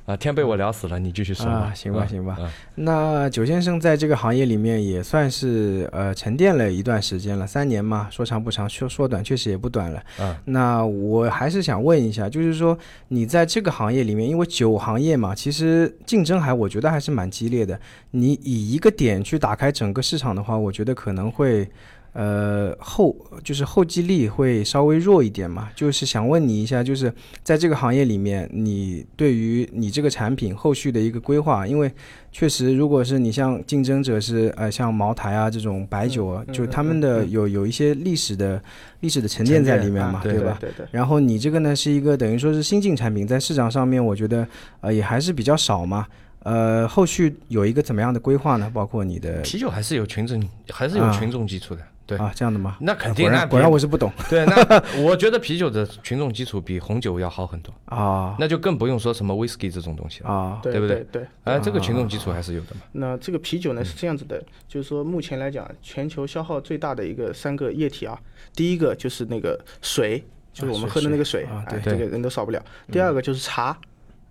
C: 啊，天被我聊死了，你继续说
B: 啊
C: 吧。，
B: 行吧，行吧
C: 嗯。
B: 那九先生在这个行业里面也算是呃沉淀了一段时间了，三年嘛，说长不长，说说短确实也不短了。
C: 嗯
B: 那我还是想问一下，就是说你在这个行业里面，因为酒行业嘛，其实竞争还我觉得还是蛮激烈的。你以一个点去打开整个市场的话，我觉得可能会。呃，后就是后继力会稍微弱一点嘛，就是想问你一下，就是在这个行业里面，你对于你这个产品后续的一个规划，因为确实，如果是你像竞争者是呃像茅台啊这种白酒啊，
D: 嗯嗯
B: 就他们的
D: 嗯嗯
B: 有有一些历史的历史的沉淀在里面嘛，
D: 啊
B: 对
D: 对
B: 吧？
D: 对对
B: 然后你这个呢是一个等于说是新进产品，在市场上面，我觉得呃也还是比较少嘛。呃，后续有一个怎么样的规划呢？包括你的
C: 啤酒还是有群众，还是有
B: 啊
C: 群众基础的。对，
B: 啊这样的吗？
C: 那肯
B: 果
C: 定，那
B: 然
C: 比
B: 果然我是不懂
C: 对，那 我觉得啤酒的群众基础比红酒要好很多，
B: 啊
C: 那就更不用说什么 whisky 这种东西了。
B: 啊
C: 对不对
D: 对对。
C: 哎，这个群众基础还是有的嘛。
D: 那这个啤酒呢是这样子的，就是说目前来讲，全球消耗最大的一个三个液体啊，第一个就是那个水，就是我
B: 水
D: 们喝的那个水，
B: 啊
D: 哎
B: 对嗯
D: 这个人都少不了。第二个就是茶，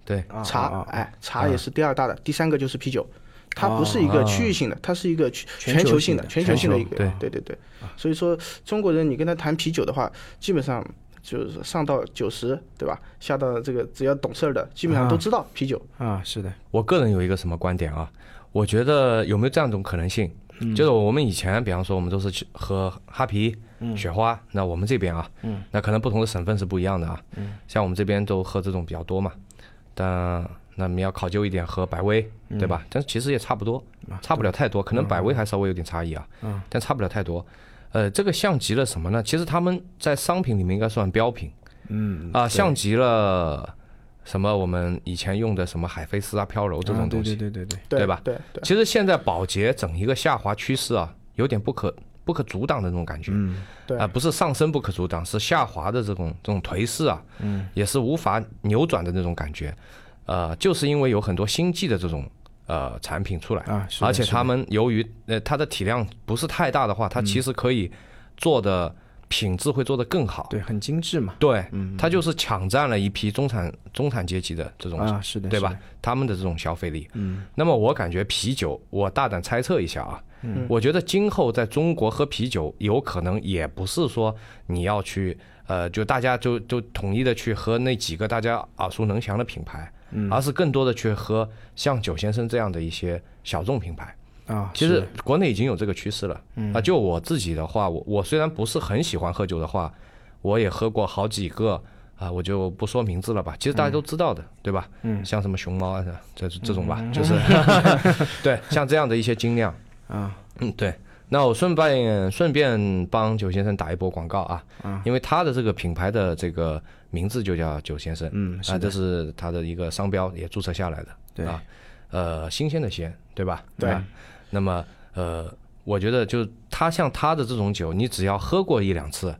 C: 对，
B: 啊
D: 茶
B: 啊，啊
D: 哎，茶也是第二大的，第三个就是啤酒。它不是一个区域性的，它是一个
B: 啊全
D: 全
B: 球
D: 球
B: 性
D: 性
B: 的
D: 的、全球性的一
C: 全球
D: 个，
C: 对
D: 对对对。
B: 啊
D: 所以说，中国人你跟他谈啤酒的话，基本上就是上到九十，对吧？下到这个只要懂事儿的，基本上都知道啤酒。
B: 啊是的
C: 我个人有一个什么观点啊？我觉得有没有这样一种可能性？
B: 嗯
C: 就是我们以前，比方说我们都是去喝哈啤、
B: 嗯
C: 雪花，那我们这边啊，那可能不同的省份是不一样的啊。
B: 嗯
C: 像我们这边都喝这种比较多嘛，但那你要考究一点喝百威，
B: 嗯
C: 对吧？但其实也差不多，
B: 啊
C: 差不了太多，可能百威还稍微有点差异啊，
B: 嗯
C: 但差不了太多。呃，这个像极了什么呢？其实他们在商品里面应该算标品，嗯啊，像极了什么我们以前用的什么海飞丝啊、飘柔这
B: 啊
C: 种
B: 对
C: 东西
B: 对。对对对
C: 对吧
D: 对对。
C: 其实现在保洁整一个下滑趋势啊，有点不可不可阻挡的那种感觉。嗯，
D: 对
C: 啊、不是上升不可阻挡，是下滑的这种这种颓势啊，嗯，也是无法扭转的那种感觉。呃，就是因为有很多新技的这种呃产品出来，
B: 啊是的
C: 而且
B: 是的嗯
C: 他们由于呃它的体量不是太大的话，它其实可以做的品质会做得更好。
B: 对，很精致嘛
C: 对，
B: 嗯
C: 它就是抢占了一批中产中产阶级的这种
B: 啊是的
C: 对
B: 是的
C: 吧？他们的这种消费力。嗯，那么我感觉啤酒，我大胆猜测一下啊，嗯，我觉得今后在中国喝啤酒，有可能也不是说你要去，呃，就大家就就统一的去喝那几个大家耳熟能详的品牌，嗯，而是更多的去喝像酒先生这样的一些小众品牌。
B: 啊
C: 其
B: 是
C: 实国内已经有这个趋势了，啊，就我自己的话，我我虽然不是很喜欢喝酒的话，我也喝过好几个啊，我就不说名字了吧，其实大家都知道的，对吧？嗯，像什么熊猫啊这这种吧， 就是对，像这样的一些精酿，
B: 啊
C: 嗯，对。那我顺便顺便帮九先生打一波广告啊，因为他的这个品牌的这个名字就叫九先生，
B: 嗯
C: 啊，这是他的一个商标也注册下来的，
B: 对
C: 啊，呃，新鲜的鲜，对吧？
D: 对
C: 啊那么呃，我觉得就他像他的这种酒，你只要喝过一两次，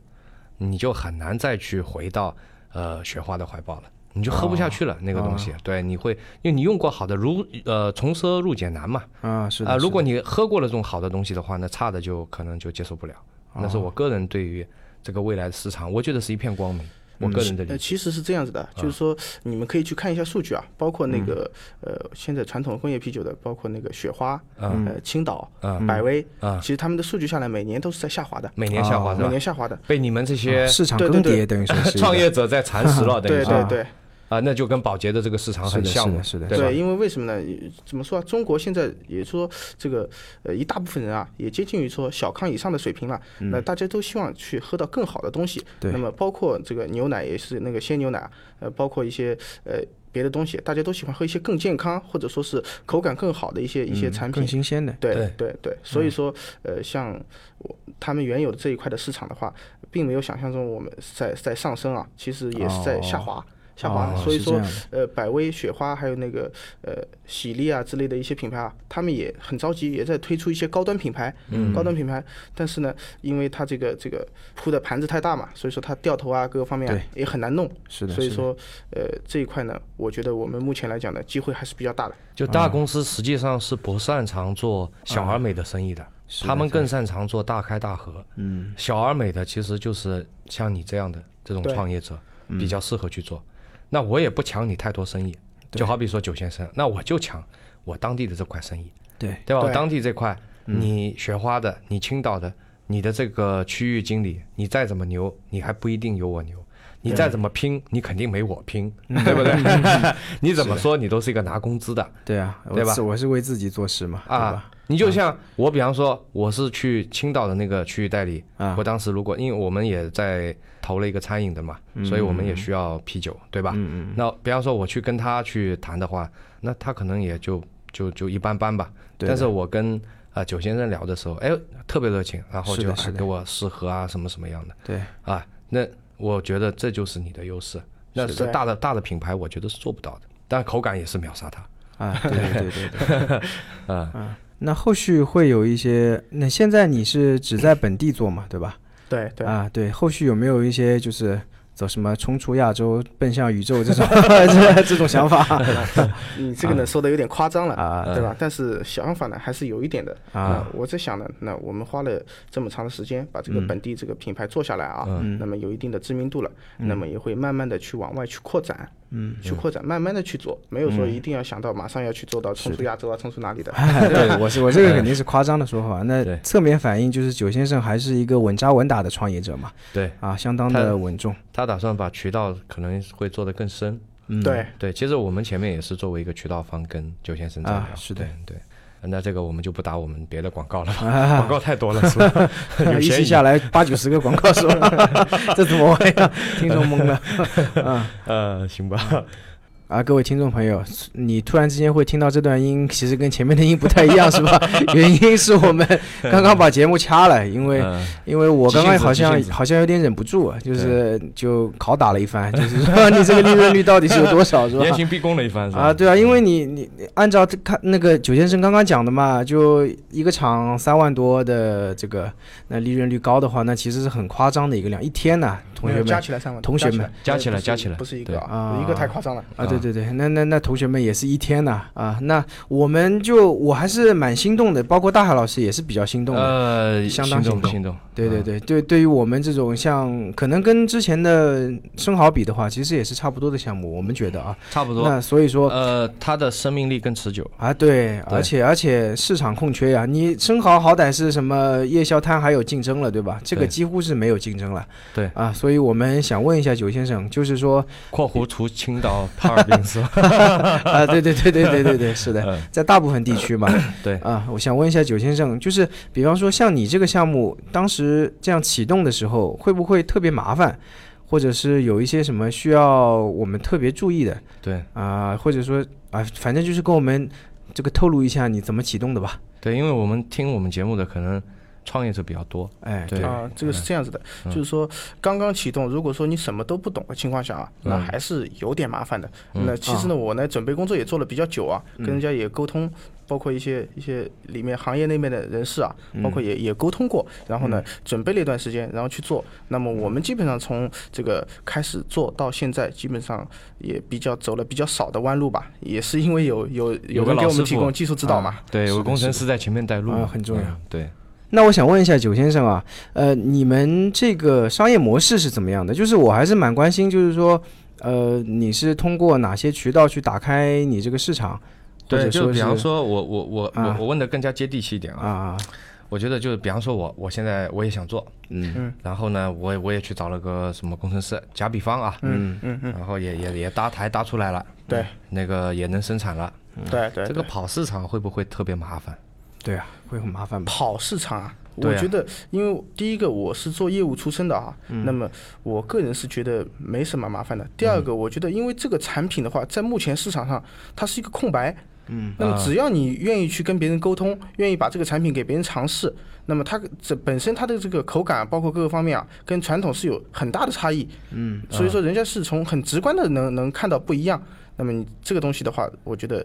C: 你就很难再去回到呃雪花的怀抱了。你就喝不下去
B: 哦
C: 了、那个东西，对，你会因为你用过好的，如呃从奢入俭难嘛，
B: 啊是的
C: 啊、如
B: 是
C: 果
B: 的
C: 你喝过了这种好的东西的话，那差的就可能就接受不了。
B: 哦
C: 那是我个人对于这个未来的市场，我觉得是一片光明。我
B: 嗯
C: 个人的理
D: 呃，
C: 解，
D: 其实是这样子的，
C: 啊
D: 就是说你们可以去看一下数据啊，包括
C: 嗯
D: 那个呃，现在传统工业啤酒的，包括那个雪花、
C: 啊
D: 呃青岛、百威，其实他们的数据下来每年都是在下滑的，
C: 每年下啊
B: 哦
C: 滑是
D: 每
C: 吧
D: 年？下滑的。
C: 被你们这些
B: 啊市场
D: 对
B: 更
D: 对对
B: 迭等于说哦是一
C: 创
B: 个
C: 业者在蚕食 了，等于
D: 对
C: 说
D: 对对
C: 啊，那就跟保洁的这个市场很
B: 是的
C: 像嘛，
B: 是的是的
C: 对吧？
D: 因为为什么呢？也怎么说啊？中国现在也说这个呃，一大部分人啊，也接近于说小康以上的水平了。
C: 嗯
D: 那大家都希望去喝到更好的东西。
B: 对
D: 那么包括这个牛奶也是那个鲜牛奶啊，呃，包括一些呃别的东西，大家都喜欢喝一些更健康或者说是口感更好的一些一些产品
B: 嗯更。新鲜的。
D: 对
C: 对
D: 对对，所
B: 嗯
D: 以说，呃，像我他们原有的这一块的市场的话，并没有想象中我们在在上升啊，其实也是在下滑、下滑。
B: 哦
D: 所以
B: 是这
D: 说
B: 样，的
D: 呃，百威、雪花还有那个呃喜力啊之类的一些品牌啊，他们也很着急，也在推出一些高端品牌，
B: 嗯
D: 高端品牌。但是呢，因为它这个这个铺的盘子太大嘛，所以说它掉头啊各个方面啊、也很难弄。
B: 是的
D: 所以
B: 是的
D: 说，呃，这一块呢，我觉得我们目前来讲呢，机会还是比较大的。
C: 就大公司实际上是不擅长做小而美的生嗯意的，他们更擅长做大开大合。嗯，小而美的其实就是像你这样的这种
D: 对
C: 创业者比较适合去做。那我也不抢你太多生意，就好比说九先生，那我就抢我当地的这块生意，
B: 对
C: 对嗯吧？
D: 对
C: 我当地这块，你雪花的，你青岛的，你的这个区域经理，你再怎么牛，你还不一定有我牛。你再怎么拼，你肯定没我拼，对 不对？你怎么说，你嗯都是一个拿工资的。
B: 对啊，我
C: 对吧
B: 是我是为自己做事嘛，对吧？
C: 啊，你就像我，比方说我是去青岛的那个区域代理，
B: 啊
C: 我当时如果因为我们也在投了一个餐饮的嘛，
B: 嗯
C: 所以我们也需要啤酒，对吧？嗯嗯。那比方说我去跟他去谈的话，那他可能也就就就一般般吧。
B: 对的
C: 但是我跟啊、呃九先生聊的时候，哎，特别热情，然后
B: 是
C: 就
B: 的
C: 哎
B: 是的
C: 给我试喝啊什么什么样的
B: 对，
C: 啊，那我觉得这就是你的优势。那
D: 是
C: 是
D: 的
C: 大的大的品牌，我觉得是做不到的，但口感也是秒杀它。
B: 啊， 对对对对对，啊，那后续会有一些，那现在你是只在本地做嘛，对吧？
D: 对对。
B: 啊，对，后续有没有一些就是走什么冲出亚洲、奔向宇宙这 种这这种想法
C: 啊
D: 你这个呢说的有点夸张了，
B: 啊？
D: 对吧？但是想法呢还是有一点的。
B: 啊
D: 那我在想呢，那我们花了这么长的时间把这个本地这个品牌做下来啊，那么有一定的知名度了，那么也会慢慢的去往外去扩展，嗯，去扩展，慢慢的去做，没有说一定要想到马上要去做到冲出亚洲啊，冲出哪里的。
B: 对，我是我这个肯定是夸张的说法。那
C: 对
B: 侧面反映就是九先生还是一个稳扎稳打的创业者嘛，
C: 对
B: 啊，相当的稳重。
C: 他打算把渠道可能会做得更深。
B: 嗯
D: 对，
C: 对，其实我们前面也是作为一个渠道方跟九先生在聊，
B: 啊是的
C: 对，对。那这个我们就不打我们别的广告 了吧，广告太多了，是吧？有
B: 一
C: 嫌
B: 期
C: 疑
B: 下来八九十个广告是 吧？这怎么玩呀？听众懵了。
C: 呃，行吧，
B: 啊，各位听众朋友，你突然之间会听到这段音，其实跟前面的音不太一样，是 吧？原因是我们刚刚把节目掐了，因为、
C: 嗯
B: 因为我刚刚好
C: 急
B: 像
C: 性子嗯
B: 好像有点忍不住，啊就是就拷打了一番，就是说 你这个利润率到底是有多少，是吧
C: 严？刑逼供了一番，是吧？
B: 啊，对啊，因为你你你按照这看那个九先生刚刚讲的嘛，就一个厂三万多的这个，那利润率高的话，那其实是很夸张的一个量，一天呢、同
D: 没
B: 学
D: 有加
B: 们
D: 起来三万，
B: 同学们
C: 加起来
D: 呃
C: 加起来
D: 不是一不是一个
B: 对
D: 啊，一个太夸张了。
B: 啊，对对对，那那那同学们也是一天呐啊那我们就我还是蛮心动的，包括大海老师也是比较心动的。
C: 呃，嗯
B: 相当
C: 心
B: 心动
C: 动，心动，
B: 对对对对，对于我们这种像可能跟之前的生蚝比的话，其实也是差不多的项目，我们觉得啊，
C: 差不多。
B: 那所以说。
C: 呃，它的生命力更持久，
B: 啊，对，而且而且市场空缺呀、你生蚝好歹是什么夜宵摊还有竞争了，对吧？这个
C: 对
B: 几乎是没有竞争了。
C: 对
B: 啊，所以我们想问一下九先生，就是说，
C: 括弧除青岛、哈尔 滨是吧？
B: 啊，对对对对对对对，是的，在大部分地区嘛，
C: 对，
B: 啊，我想问一下九先生，就是比方说像你这个项目，当时这样启动的时候，会不会特别麻烦，或者是有一些什么需要我们特别注意的
C: 对，
B: 啊、或者说啊，反正就是跟我们这个透露一下你怎么启动的吧？
C: 对，因为我们听我们节目的可能创业者比较多，
B: 哎，
C: 对嗯
D: 啊，这个是这样子的，就是说刚刚启动，如果说你什么都不懂的情况下啊，那
C: 嗯
D: 还是有点麻烦的。那其
C: 啊
D: 实呢，我呢准备工作也做了比较久啊，
C: 嗯
D: 跟人家也沟通，包括一些一些里面行业内面的人士啊，
B: 嗯
D: 包
C: 嗯
D: 括也也沟通过，然后呢准备了一段时间，然后去做。那么我们基本上从这个开始做到现在，基本上也比较走了比较少的弯路吧，也是因为有有
C: 有个
D: 人给
C: 老
D: 我们
C: 师
D: 提
C: 傅啊
D: 供技术指导嘛。
C: 对，有工程师在前面带路
B: 啊，很重要
C: 嗯。对，
B: 那我想问一下九先生啊，呃，你们这个商业模式是怎么样的？就是我还是蛮关心，就是说，呃，你是通过哪些渠道去打开你这个市场，或
C: 对，
B: 者
C: 就
B: 说
C: 比
B: 是
C: 方说我我我
B: 啊
C: 我我问的更加接地气一点啊，
B: 啊，
C: 我觉得就是比方说我我现在我也想做，
B: 嗯
C: 然后呢，我也我也去找了个什么工程师，假比方啊，
B: 嗯
D: 嗯嗯，
C: 然后也也也搭台搭出来了，嗯
D: 对
C: 那个也能生产了，
D: 对对，
C: 这个跑市场会不会特别麻烦？
B: 对啊，会很麻烦吧？
D: 跑市场啊，我
B: 对啊
D: 觉得，因为第一个我是做业务出身的啊，那么我个人是觉得没什么麻烦的。第二个，我觉得因为这个产品的话，在目前市场上它是一个空白，
B: 嗯，
D: 那么
C: 啊
D: 只要你愿意去跟别人沟通，愿意把这个产品给别人尝试，那么它这本身它的这个口感，包括各个方面啊，跟传统是有很大的差异。嗯，所以说人家是从很直观的能能看到不一样。那么你这个东西的话，我觉得，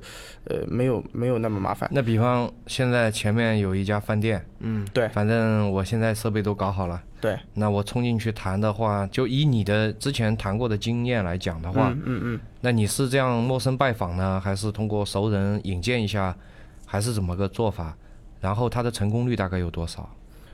D: 呃，没有没有那么麻烦。
C: 那比方现在前面有一家饭店，
B: 啊嗯，
D: 对
C: 反正我现在设备都搞好了，
D: 对，
C: 那我冲进去谈的话，就以你的之前谈过的经验来讲的话，
D: 嗯嗯嗯，
C: 那你是这样陌生拜访呢，还是通过熟人引荐一下，还是怎么个做法？然后它的成功率大概有多少？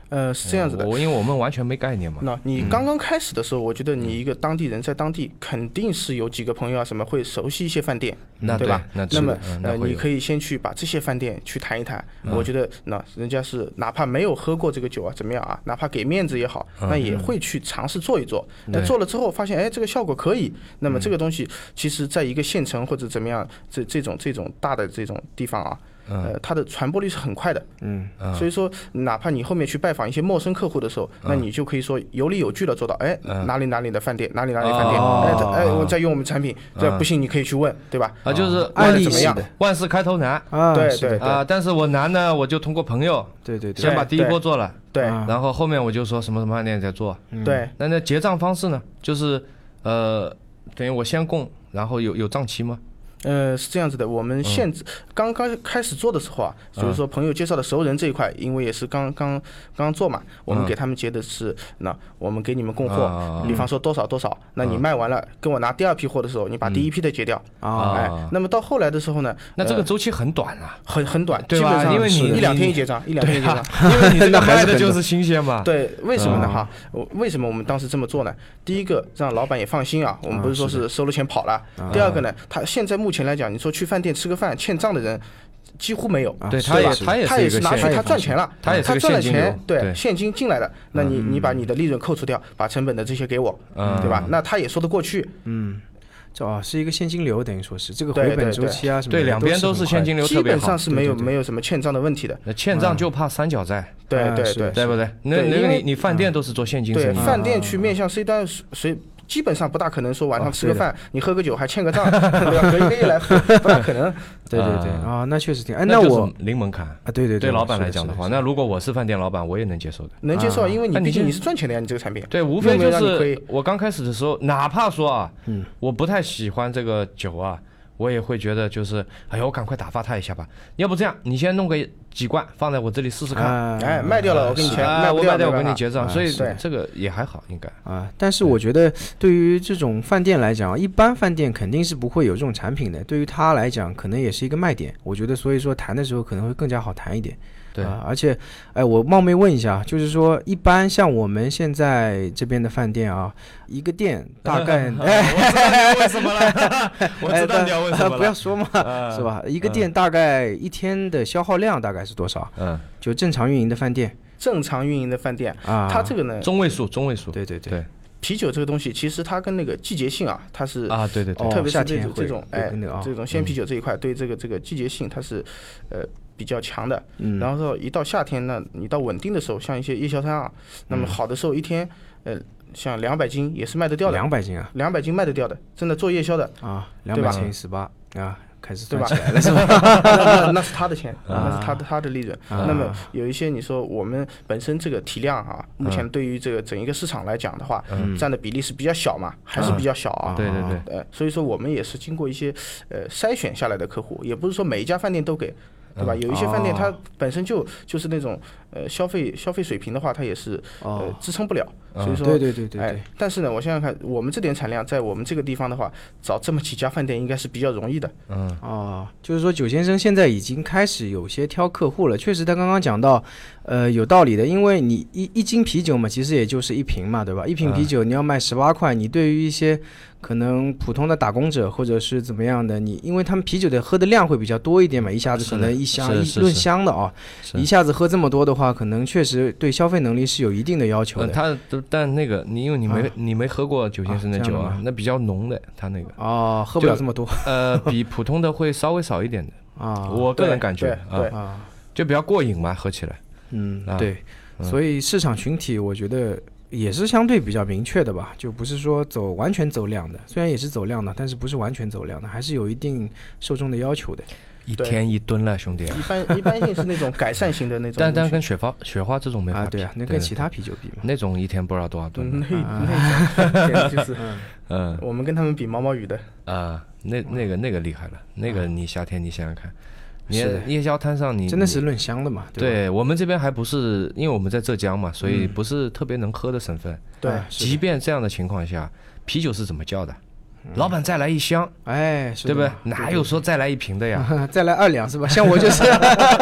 D: 呃，是这样子的。嗯
C: 我因为我们完全没概念嘛。
D: 那你刚刚开始的时候，我觉得你一个当地人在当地肯定是有几个朋友啊什么会熟悉一些饭店，
C: 那
D: 对吧？
C: 那
D: 那么
C: 是的嗯
D: 呃，
C: 那会
D: 你
C: 有嗯
D: 可以先去把这些饭店去谈一谈。我觉得那人家是哪怕没有喝过这个酒啊，怎么样啊？哪怕给面子也好，那也会去尝试做一做。那
C: 嗯对嗯
D: 做了之后发现，哎，这个效果可以。那么这个东西其实在一个县城或者怎么样，这这种这种大的这种地方啊，
C: 嗯
D: 呃，它的传播率是很快的。
B: 嗯，
D: 所以说，哪怕你后面去拜访一些陌生客户的时候，那
C: 嗯
D: 你就可以说有理有据的做到，哎，哪里哪里的饭店，哪里哪里饭店，
C: 哦
D: 哎这哎，我在用我们产品，这
C: 嗯
D: 不信你可以去问，对吧？
C: 啊，就是
B: 案例
D: 怎么
B: 式
D: 样
B: 的
C: 万事开头难
B: 啊，
D: 对
B: 是的
D: 对
C: 啊，但是我难呢，我就通过朋友
B: 对对对，
C: 先把第一波做了，
D: 对
B: 啊
C: 然后后面我就说什么什么案件在做。
D: 对，
C: 那那结账方式呢？就是呃，等于我先供，然后有有账期吗？
D: 呃，是这样子的，我
C: 嗯
D: 们现刚刚开始做的时候啊，就是说朋友介绍的熟人这一块，因为也是刚刚刚刚做嘛，我们给他们结的是，那我们给你们供
C: 嗯啊嗯
D: 货，比方说多少多少，那你卖完了，跟我拿第二批货的时候，你把第一批的结掉，
C: 嗯
B: 啊，
D: 哎，那么到后来的时候呢，
C: 那这个
D: 呃
C: 周期很短啊，
D: 很很短，
C: 对吧
D: 基本上
C: 因为你
D: 是
C: 你
D: 一两天一结账，一两天一结 账。
C: 因为你这
B: 那
C: 个
B: 还是
C: 卖的
B: 很
C: 就
B: 短
C: 是新鲜嘛。
D: 对，为什么
C: 嗯
D: 呢？哈，我为什么我们当时这么做呢？第一个让老板也放心啊，
C: 嗯
D: 我们不是说是收了钱跑了。第二个呢，他现在目前来讲，你说去饭店吃个饭欠账的人几乎没有，
B: 啊
C: 对，
B: 是
C: 他也
D: 吧
C: 他也
D: 他
C: 是一
D: 也
C: 个
D: 是拿去
C: 现
D: 他赚钱了，
C: 他也是个
D: 赚了
C: 现金流
D: 钱，对
C: 对，
D: 现金进来的，那你你把你的利润扣除掉，把成本的这些给我，
C: 嗯
D: 对吧？那他也说得过去，
B: 这哦是一个现金流，等于说是这个
D: 对
B: 回本
D: 对
B: 周期啊什么的，
C: 对，两边
B: 都
C: 都
B: 是
C: 是
B: 很
C: 现
B: 快
C: 金流
D: 基
C: 特别
D: 本
C: 好
D: 上。是没有
B: 对对对
D: 没有什么欠账的问题的。
C: 那欠账就怕三角债，
D: 对
B: 啊
D: 对
B: 嗯是
D: 对
B: 的，
C: 对不对？那
D: 对
C: 那
D: 因
C: 个
D: 为
C: 你你饭
B: 嗯
C: 店都是做现金
D: 对
C: 生，意的，
D: 饭店去面向 C 端，谁谁基本上不大可能说晚
C: 哦
D: 上吃个
B: 对的
D: 饭，你喝个酒还欠 个账，对吧？隔一个月来付，不大可能。
B: 对对对
C: 啊
B: 啊，那确实挺哎，
C: 那就是
B: 我
C: 零门槛。
B: 啊，对对
C: 对老板
B: 是的
C: 来讲
B: 是
C: 的
B: 的
C: 话，那如果我是饭店老板，我也能接受的。
D: 能接受啊，因为你
C: 那你
D: 毕竟
C: 就
D: 你是赚钱的呀，你这个产品。
C: 对，无非就
D: 有没有让你亏
C: 是我刚开始的时候，哪怕说啊，
B: 嗯
C: 我不太喜欢这个酒啊，我也会觉得就是，哎呀，我赶快打发他一下吧。要不这样，你先弄个几罐放在我这里试试看。
B: 啊
D: 哎，卖掉了我给你
C: 嗯
D: 钱，
C: 啊
D: 卖不
C: 我卖
D: 掉
C: 掉
D: 没
C: 我给
D: 办
C: 你
D: 法
C: 结账，所以
D: 对
C: 这个也还好，应该。
B: 啊，但是我觉得对于这种饭店来讲，一般饭店肯定是不会有这种产品的。对于他来讲，可能也是一个卖点。我觉得，所以说谈的时候可能会更加好谈一点。
C: 对
B: 啊，而且，哎，我冒昧问一下，就是说，一般像我们现在这边的饭店啊，一个店大概哎，
C: 为什么了？ 我知道你 要问什么
B: 呃不要
C: 了。
B: 说嘛，
C: 啊
B: 是吧？一个店大概一天的消耗量大概是多少？
C: 嗯，
B: 就正常运营的饭店
D: 正常运营的饭店，
B: 啊，
D: 它这个呢，
C: 中位数，中位数。
B: 对对对
C: 对
D: 啤酒这个东西，其实它跟那个季节性啊，它是
C: 啊，对对对
B: 哦。
D: 特别
B: 夏
D: 是这
B: 天
D: 种
B: 会
D: 这种
B: 会
D: 哎
B: 跟
C: 哦
B: 那个啊
D: 这种
C: 嗯
D: 鲜啤酒这一块，对这个这个季节性它是呃比较强的。
B: 嗯
D: 然后说一到夏天呢，你到稳定的时候，像一些夜宵摊啊，
B: 嗯
D: 那么好的时候一天呃像两百斤也是卖得掉的，
B: 两百斤啊
D: 两百斤卖得掉的，真的做夜宵的，
B: 啊，两
D: 对
B: 百
D: 吧
B: 乘以十八啊，开始
D: 对
B: 算
D: 吧
B: 起 来了？？
D: 那那那是他 的钱，那是他的他的利润。
B: 啊
D: 那么有一些你说我们本身这个体量啊，目前
B: 嗯
D: 对于这个整一个市场来讲的话，占的比例是比较小嘛，还是比较小啊。
C: 对对对，
D: 呃，所以说我们也是经过一些呃筛选下来的客户，也不是说每一家饭店都给，对
B: 嗯
D: 吧？有一些饭
B: 哦
D: 店它本身就就是那种呃消费消费水平的话，它也是呃
B: 哦
D: 支撑不了，所以说
B: 对对对对
D: 哎
B: 对，，
D: 但是呢，我想想看，我们这点产量在我们这个地方的话，找这么几家饭店应该是比较容易的。
C: 嗯
B: 哦，就是说九先生现在已经开始有些挑客户了。确实，他刚刚讲到，呃，有道理的，因为你一一斤啤酒嘛，其实也就是一瓶嘛，对吧？一瓶
C: 嗯
B: 啤酒你要卖十八块，你对于一些可能普通的打工者或者是怎么样的，你因为他们啤酒的喝的量会比较多一点嘛，一下子可
C: 是的
B: 能一箱
C: 是
B: 一
C: 是
B: 论
C: 是
B: 箱的啊，
C: 是
B: 一下子喝这么多的话，可能确实对消费能力是有一定的要求
C: 呃，
B: 的。
C: 他都但那个你因为你没
B: 啊
C: 你没喝过酒先生的
B: 啊这
C: 酒
B: 样的
C: 啊
B: 吗，
C: 那比较浓的，他那 个
B: 哦，喝不了
C: 就
B: 这 么多
C: 呃比普通的会稍微少一点的，
B: 啊
C: 我个人
D: 对
C: 感觉
D: 对
C: 啊
D: 对
B: 啊，
C: 就比较过瘾嘛，喝起来。
B: 嗯，
C: 啊
B: 对。所以市场群体我觉得也是相对比较明确的吧，就不是说走完全走量的，虽然也是走量的，但是不是完全走量的，还是有一定受众的要求的。
C: 一
D: 对
C: 天一吨了，兄弟。
D: 一般一般性是那种改善型的那种
C: 但但
D: 路线
C: 跟雪花雪花这种没法
B: 啊，
C: 比
B: 对啊，那
C: 对
B: 跟其他啤酒比嘛，
C: 那种一天不知道多少吨
D: 嗯
C: 的，
D: 那
B: 啊
D: 那种简直就是
C: 嗯
D: 我们跟他们比毛毛雨的，
C: 啊，那那个那个厉害了，那个你夏天你想想看，你
B: 啊是的
C: 夜宵摊上你
B: 真的是论箱的嘛，吧？嗯
C: 对我们这边还不是，因为我们在浙江嘛，所以不是特别能喝的省份。
D: 对
B: 啊是
C: 即便这样的情况下，啤酒是怎么叫的？老板再来一箱，
B: 哎，是
C: 对不对
B: 的？
C: 哪有说再来一瓶的呀？
B: 再来二两是吧？像我就是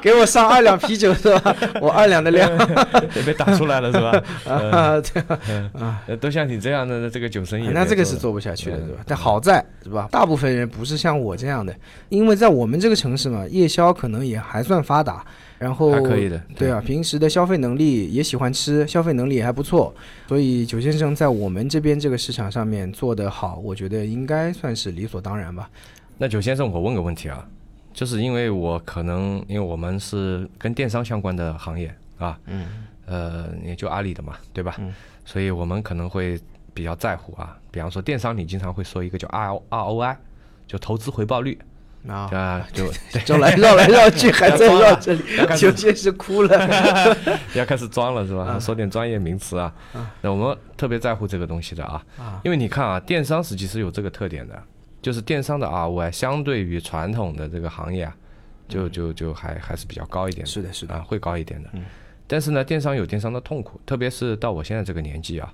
B: 给我上二两啤酒是吧？我二两的 量
C: 被打出来了是吧？
B: 啊，对啊，
C: 呃都像你这样的这个酒生意，
B: 哎那这个是做不下去的，
C: 嗯
B: 对吧？但好在是吧，大部分人不是像我这样的，因为在我们这个城市嘛，夜宵可能也还算发达，然后
C: 还可以的
B: 对
C: 哦对
B: 啊，平时的消费能力也喜欢吃，消费能力也还不错，所以酒先生在我们这边这个市场上面做得好，我觉得应该算是理所当然吧。
C: 那九先生，我问个问题啊，就是因为我可能因为我们是跟电商相关的行业啊，嗯，呃，也就阿里的嘛，对吧？嗯，所以我们可能会比较在乎啊，比方说电商，你经常会说一个叫 R R O I，就投资回报率
B: 啊，
C: 啊，就
B: 绕来绕来绕 去，还在绕这里
C: 要，干什
B: 酒
C: 么
B: 先生哭了。
C: 要开始装了是吧？
B: 嗯
C: 说点专业名词啊，那我们特别在乎这个东西的啊，因为你看啊，电商实际是有这个特点的，就是电商的 ROI 相对于传统的这个行业啊，就就就还还是比较高一点的。
B: 嗯是的，是的，嗯
C: 啊，会高一点的。但是呢，电商有电商的痛苦，特别是到我现在这个年纪啊，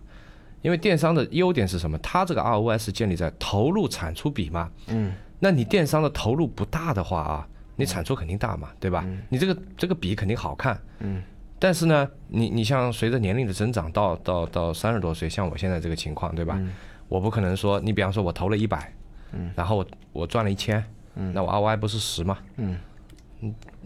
C: 因为电商的优点是什么？它这个 ROI 是建立在投入产出比嘛。嗯。那你电商的投入不大的话啊，你产出肯定大嘛，对吧？你这个这个比肯定好看。嗯。但是呢，你你像随着年龄的增长，到到到三十多岁，像我现在这个情况，对吧？我不可能说，你比方说我投了一百，嗯，然后我我赚了一千，嗯，那我 ROI 不是十嘛？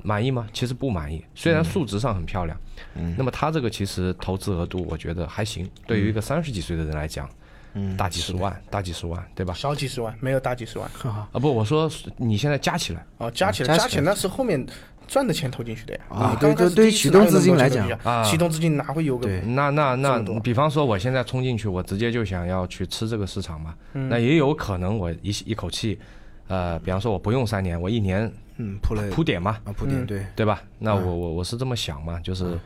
C: 满意吗？其实不满意，虽然数值上很漂亮，嗯，那么他这个其实投资额度我觉得还行，对于一个三十几岁的人来讲，嗯，大几十万，大几十万，对吧？
D: 少几十万，没有大几十万。
C: 啊不，我说是你现在加起来
D: 哦，加起来，
B: 加起来
D: 加起来那是后面赚的钱投进去的呀。
B: 啊
D: 你刚开
B: 对
D: 始
B: 对对于
D: 第一
B: 启
D: 次哪
B: 动
D: 有那
B: 资金
D: 么多
B: 来
D: 钱
B: 讲
D: 投进去啊，启动资金哪会有个
B: 对
C: 那那那
D: 这么，多
C: 比方说我现在冲进去，我直接就想要去吃这个市场嘛，
D: 嗯
C: 那也有可能我一一口气，呃，比方说我不用三年，我一年
B: 嗯，铺了
C: 铺嗯点嘛，
B: 啊铺点，对，
C: 对吧？那我我我是这么想嘛，就是，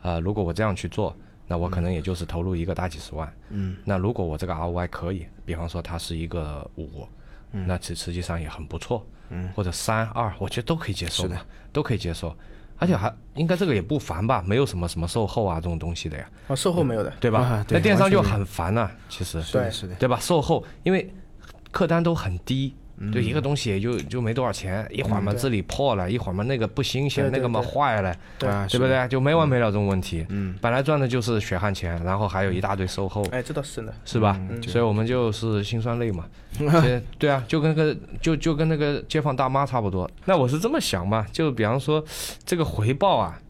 C: 呃，如果我这样去做，那我可能也就是投入一个大几十万。嗯，那如果我这个 ROI 可以，比方说它是一个五，那实实际上也很不错。嗯，或者三二，我觉得都可以接受嘛，都可以接受。而且还应该这个也不烦吧，没有什么什么售后啊这种东西的呀，
D: 啊，售后没有的。
C: 对吧？
B: 啊对
C: 那电商就很烦了、其实
D: 对，
B: 是的，
C: 对吧？售后因为客单都很低，就
D: 嗯
C: 一个东西也就就没多少钱，一会儿嘛这里破了，一会儿嘛那个不新鲜，
D: 对对
C: 那个嘛
D: 对
C: 坏了，
D: 对
B: 啊，
C: 对
B: 是
C: 不
B: 的？
C: 对？就没完没了这种问题。嗯，本来赚的就是血汗钱，然后还有一大堆售后，
D: 哎，这倒是真的。
C: 是吧？所以我们就是辛酸泪 嘛。所以对啊，就跟那个就就跟那个街坊大妈差不多。那我是这么想嘛，就比方说这个回报啊，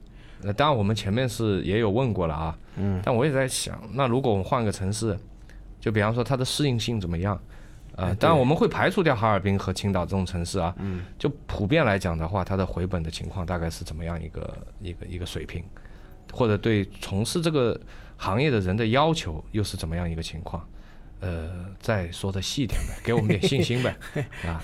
C: 那当然我们前面是也有问过了啊，嗯，但我也在想，那如果我们换个城市，就比方说它的适应性怎么样？呃，当然我们会排除掉哈尔滨和青岛这种城市啊，嗯，就普遍来讲的话，它的回本的情况大概是怎么样一个一个一个水平，或者对从事这个行业的人的要求又是怎么样一个情况？呃，再说的细一点呗，给我们点信心呗，啊，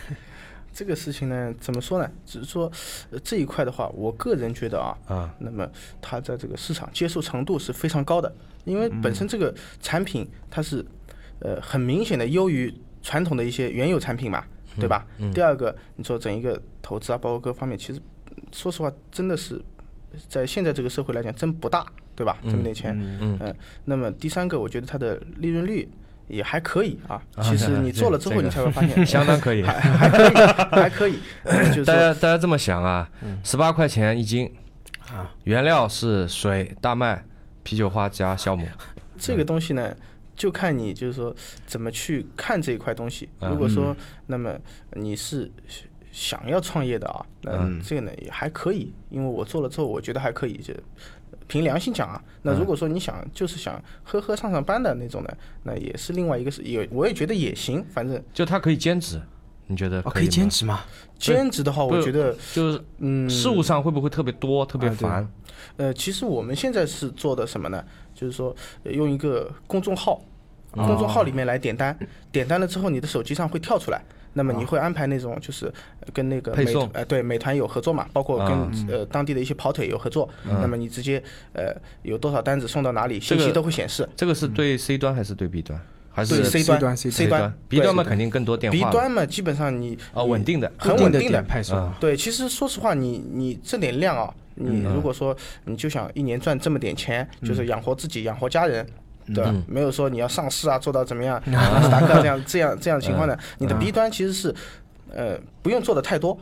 D: 这个事情呢，怎么说呢？只是说、呃这一块的话，我个人觉得啊，
C: 啊，
D: 那么它在这个市场接受程度是非常高的，因为本身这个产品它是，呃，很明显的优于传统的一些原有产品嘛，对吧？第二个，你说整一个投资啊，包括各方面，其实说实话，真的是在现在这个社会来讲，真不大，对吧？这么点钱，嗯、呃，那么第三个，我觉得它的利润率。也还可以啊，其实你做了之后，
C: 这
D: 你
C: 个
D: 才会发 现，
C: 相当可以。
D: 还 还可以，还可以， 就是
C: 大
D: 说
C: 家大家这么想啊，十八块钱一斤，啊，原料是水、大麦、啤酒花加酵母，
D: 这个东西呢，就看你就是说怎么去看这一块东西。
C: 啊
D: 如果
C: 嗯
D: 说那么你是想要创业的啊，
C: 嗯
D: 那这个呢也还可以，因为我做了之后，我觉得还可以，就凭良心讲啊。那
C: 嗯
D: 如果说你想就是想喝喝上上班的那种呢，那也是另外一个事，也我也觉得也行，反正
C: 就它可以兼职。你觉得
B: 哦，
C: 可
B: 以
C: 吗
B: 兼职吗？
D: 兼职的话，
C: 不
D: 我
C: 是
D: 觉得
C: 就是
B: 嗯，
C: 事务上会不会特别多、特别
B: 啊对
C: 烦？
D: 呃，其实我们现在是做的什么呢？就是说呃用一个公众号，
B: 哦
D: 公众号里面来点单，点单了之后，你的手机上会跳出来。那么你会安排那种就是呃跟那个
C: 哦配
D: 美
C: 送
D: 呃对美团有合作嘛，包括
C: 啊
D: 跟呃当地的一些跑腿有合作，那么你直接呃有多少单子送到哪里，
C: 嗯这
D: 信
C: 个
D: 息都会显示。
C: 这个是对 C 端还是对 B 端？还是
D: 对
B: C
D: C
B: 端
D: 端
B: C
D: C 端
C: B 端嘛，
D: 对
C: 肯定更多电话
D: B
C: 了。
D: 端嘛，基本上你
C: 啊，
D: 你
C: 稳定的
D: 很
B: 固定
D: 稳
B: 的
D: 定的
B: 点派送
C: 啊
D: 对，其实说实话，你你这点量啊，你
B: 嗯
D: 如果说你就想一年赚这么点钱，就是养活自己、养活家人。
B: 嗯
D: 对吧，没有说你要上市啊，做到怎 么样，纳斯达克这样这样这样情况
B: 嗯
D: 的，你的 B 端其实是，呃，不用做的太多，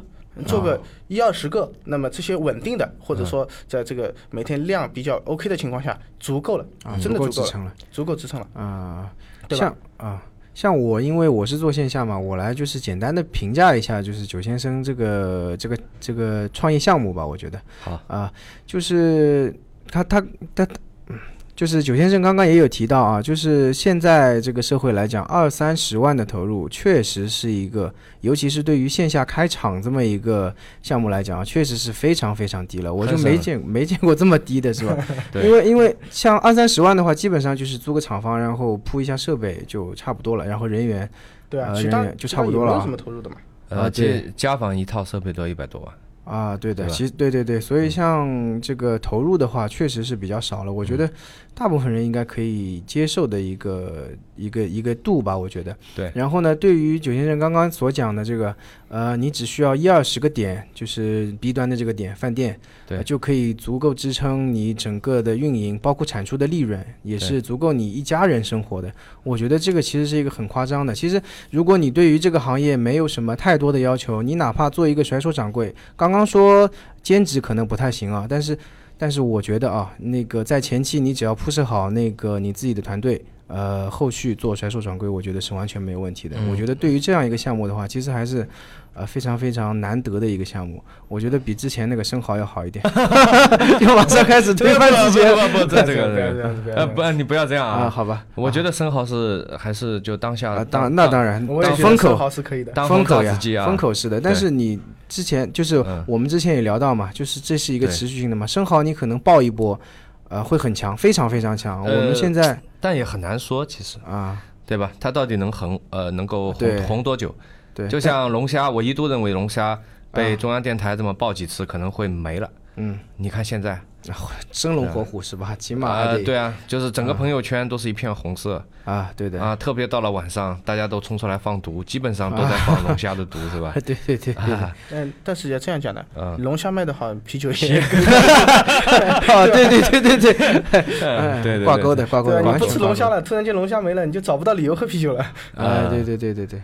D: 做
B: 哦
D: 个一二十个，那么这些稳定的，
B: 嗯
D: 或者说在这个每天量比较 OK 的情况下，足够了
B: 啊，，
D: 真的
B: 够
D: 足
B: 支
D: 够了，
B: 撑了
D: 足够支撑了。
B: 啊，
D: 对
B: 像啊。像我，因为我是做线下嘛，我来就是简单的评价一下，就是九先生这个这个这个创业项目吧，我觉得
C: 好
B: 啊，就是他他他，嗯就是九先生刚刚也有提到啊，就是现在这个社会来讲，二三十万的投入确实是一个，尤其是对于线下开场这么一个项目来讲啊，确实是非常非常低了，我就
C: 很少
B: 没
C: 了
B: 见没见过这么低的是吧？
C: 对
B: 因为因为像二三十万的话，基本上就是租个厂房，然后铺一下设备就差不多了，然后人员
D: 对啊，
B: 呃
D: 其他
B: 人员就
D: 其
B: 差
D: 他
B: 不
D: 也
B: 多
D: 没
B: 了
D: 有
B: 啊
D: 什么投入的嘛。
B: 啊
C: 呃，
B: 对
C: 这家访一套设备都要一百多万。
B: 啊，对的，
C: 对吧
B: 其实对对对，所以像这个投入的话，确实是比较少了。我觉得大部分人应该可以接受的一个一个一个度吧，我觉得。
C: 对
B: 然后呢，对于九先生刚刚所讲的这个，呃，你只需要一二十个点，就是 B 端的这个点饭店，
C: 对
B: 呃就可以足够支撑你整个的运营，包括产出的利润，也是足够你一家人生活的。我觉得这个其实是一个很夸张的。其实，如果你对于这个行业没有什么太多的要求，你哪怕做一个甩手掌柜，刚刚说兼职可能不太行啊，但是但是我觉得啊，那个在前期你只要铺设好那个你自己的团队，呃，后续做甩手掌柜，我觉得是完全没有问题的。
C: 嗯
B: 我觉得对于这样一个项目的话，其实还是。呃，非常非常难得的一个项目，我觉得比之前那个生蚝要好一 点， 就马上开始推翻之前
C: 不不不，这这个
D: 不要
C: 这
D: 这
C: 个，
D: 样子，不要这
C: 呃，
D: 样子。
C: 不，你不要这样
B: 啊，
C: 啊！
B: 好吧，
C: 我觉得生蚝是还是就当下
B: 啊，当那当然，
D: 我也
B: 当
D: 觉得
B: 风
D: 生
B: 口
D: 蚝是可以的。
C: 当
B: 风
C: 红
B: 口
C: 炸
B: 呀
C: 子鸡，啊，
B: 风口是的。但
C: 对
B: 是你之前就是
C: 嗯
B: 我们之前也聊到嘛，就是这是一个
C: 对
B: 持续性的嘛，生蚝你可能爆一波，呃，会很强，非常非常强。我
C: 呃
B: 们现在
C: 但也很难说，其实
B: 啊，
C: 对吧？它到底能红呃能够
B: 对
C: 红红多久？
B: 对，
C: 就像龙虾，我一度认为龙虾被中央电台这么爆几次可能会没了。
B: 嗯，啊
C: 你看现在，
B: 生龙活虎是吧？起码
C: 啊
B: 还，得
C: 对啊，就是整个朋友圈都是一片红色
B: 啊，对的，
C: 啊，特别到了晚上，大家都冲出来放毒，基本上都在放龙虾的毒，是吧？
B: 对对 对对对，啊，
D: 嗯，但是也这样讲的，
C: 嗯
D: 龙虾卖的好，啤酒 也
B: 对对对对对，哎
C: 嗯对对对
B: 挂钩的挂钩
D: 对
B: 的，
D: 啊，
B: 完
D: 你不
B: 全
D: 吃
B: 挂
D: 龙
B: 钩
D: 虾了，突然间龙虾没了，你就找不到理由喝啤酒了。
B: 啊，对对对对对，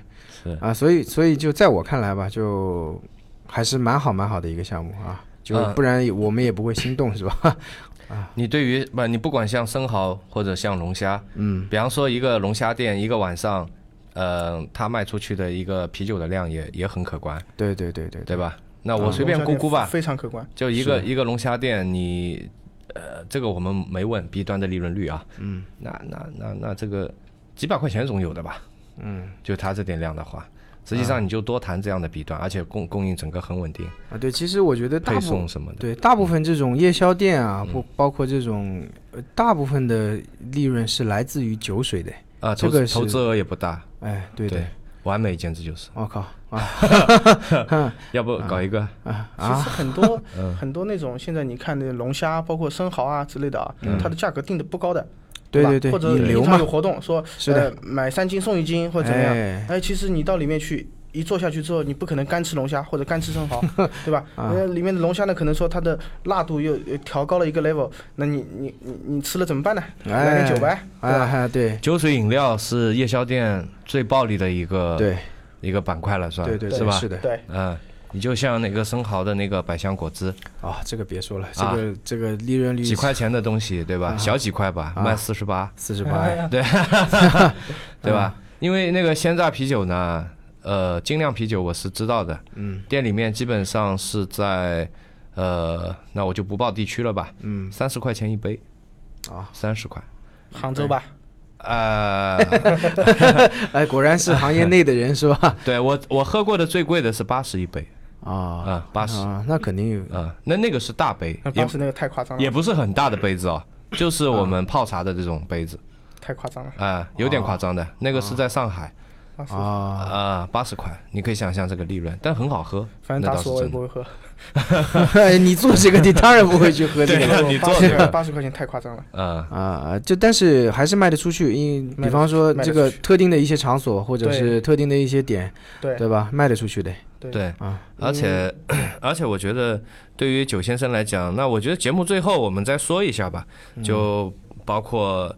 C: 是
B: 啊，所以所以就在我看来吧，就还是蛮好蛮好的一个项目啊，就
C: 嗯
B: 不然我们也不会心动是吧？
C: 你对于不，你不管像生蚝或者像龙虾，嗯，比方说一个龙虾店一个晚上，呃，它卖出去的一个啤酒的量也也很可观，
B: 对对对对对
C: 对吧？那
B: 啊
C: 我随便
D: 龙
C: 估
D: 虾店
C: 估吧，
D: 非常可观。
C: 就一个一个龙虾店，你呃，这个我们没问 B 端的利润率啊，嗯，那那那那这个几百块钱总有的吧，嗯，就它这点量的话，实际上你就多谈这样的 B 端，而且供供应整个很稳定，
B: 啊，对，其实我觉得啊大
C: 配
B: 部
C: 送什么的，嗯
B: 对大部分这种夜宵店啊，不包括这种，呃大部分的利润是来自于酒水的。
C: 啊，
B: 这
C: 投
B: 个
C: 资
B: 是
C: 投资额也不大，
B: 哎，对
C: 对
B: 的，，
C: 完美简直就是，
B: 我、靠啊
C: 要不搞一个。
B: 啊
D: 其
B: 啊！
D: 实 很多很多那种现在你看的龙虾，包括生蚝啊之类的啊，它的价格定的不高的，
B: 嗯对
D: 吧
B: 对对，
D: 或者
B: 引流
D: 平
B: 嘛
D: 常有，活动说
B: 是的
D: 呃买三斤送一斤或者怎么样，
B: 哎，
D: 哎，其实你到里面去。一坐下去之后，你不可能干吃龙虾或者干吃 生蚝，对吧？
B: 啊
D: 呃，里面的龙虾呢，可能说它的辣度又又调高了一个 level，那你你你你吃了怎么办呢？来点酒呗，对
B: 啊
D: 吧？
B: 哈，对
C: 酒水饮料是夜宵店最暴利的一个
B: 对
C: 一个板块了，算
B: 对对
C: 呃是
B: 对，
C: 吧？
B: 是的
D: 对，
C: 嗯，你就像那个生蚝的那个百香果汁，
B: 啊，这个别说了，这
C: 啊
B: 个这个利润率
C: 几块钱的东西，对
B: 啊
C: 吧？小几块吧，卖四 十八，
B: 四十
D: 哎
B: 八，
C: 对
B: 啊
C: 吧？因为那个鲜榨啤酒呢，呃，精酿啤酒我是知道的，嗯，店里面基本上是在，呃，那我就不报地区了吧，嗯，三十块钱一杯，
B: 啊，
C: 三十块，
D: 杭州吧，
C: 呃，
B: 哎，果然是行业内的人是吧？
C: 对我我喝过的最贵的是八十一杯
B: 啊
C: 啊，八十
B: 啊，那肯定有
C: 啊，那那个是大杯，也
D: 当时那个太夸张了，
C: 也不是很大的杯子哦，就是我们泡茶的这种杯子
D: 太夸张了。
C: 啊，有
D: 哦
C: 点夸张的。那个是在上海
D: 当时
B: 啊。
C: 啊，八十块，你可以想象这个利润，但很好喝，
D: 反
C: 那
D: 正
C: 倒
D: 当时
C: 是
D: 我也
C: 真的
D: 不。会喝，
B: 哎你做这个，你当然不会去喝这
C: 对
B: 个
C: 啊你
D: 八
C: 做
D: 十
C: 这
D: 块
C: 个
D: 八十块钱太夸张了。
C: 啊，
B: 啊。就但是还是卖得出去，因为
D: 卖得
B: 比方说
D: 出去
B: 这个特定的一些场所或者是特定的一些点，
D: 对
B: 对吧？卖得出去的
D: 对，嗯
C: 对
B: 啊，
C: 而且而且我觉得对于九先生来讲，那我觉得节目最后我们再说一下吧，
D: 嗯
C: 就包括。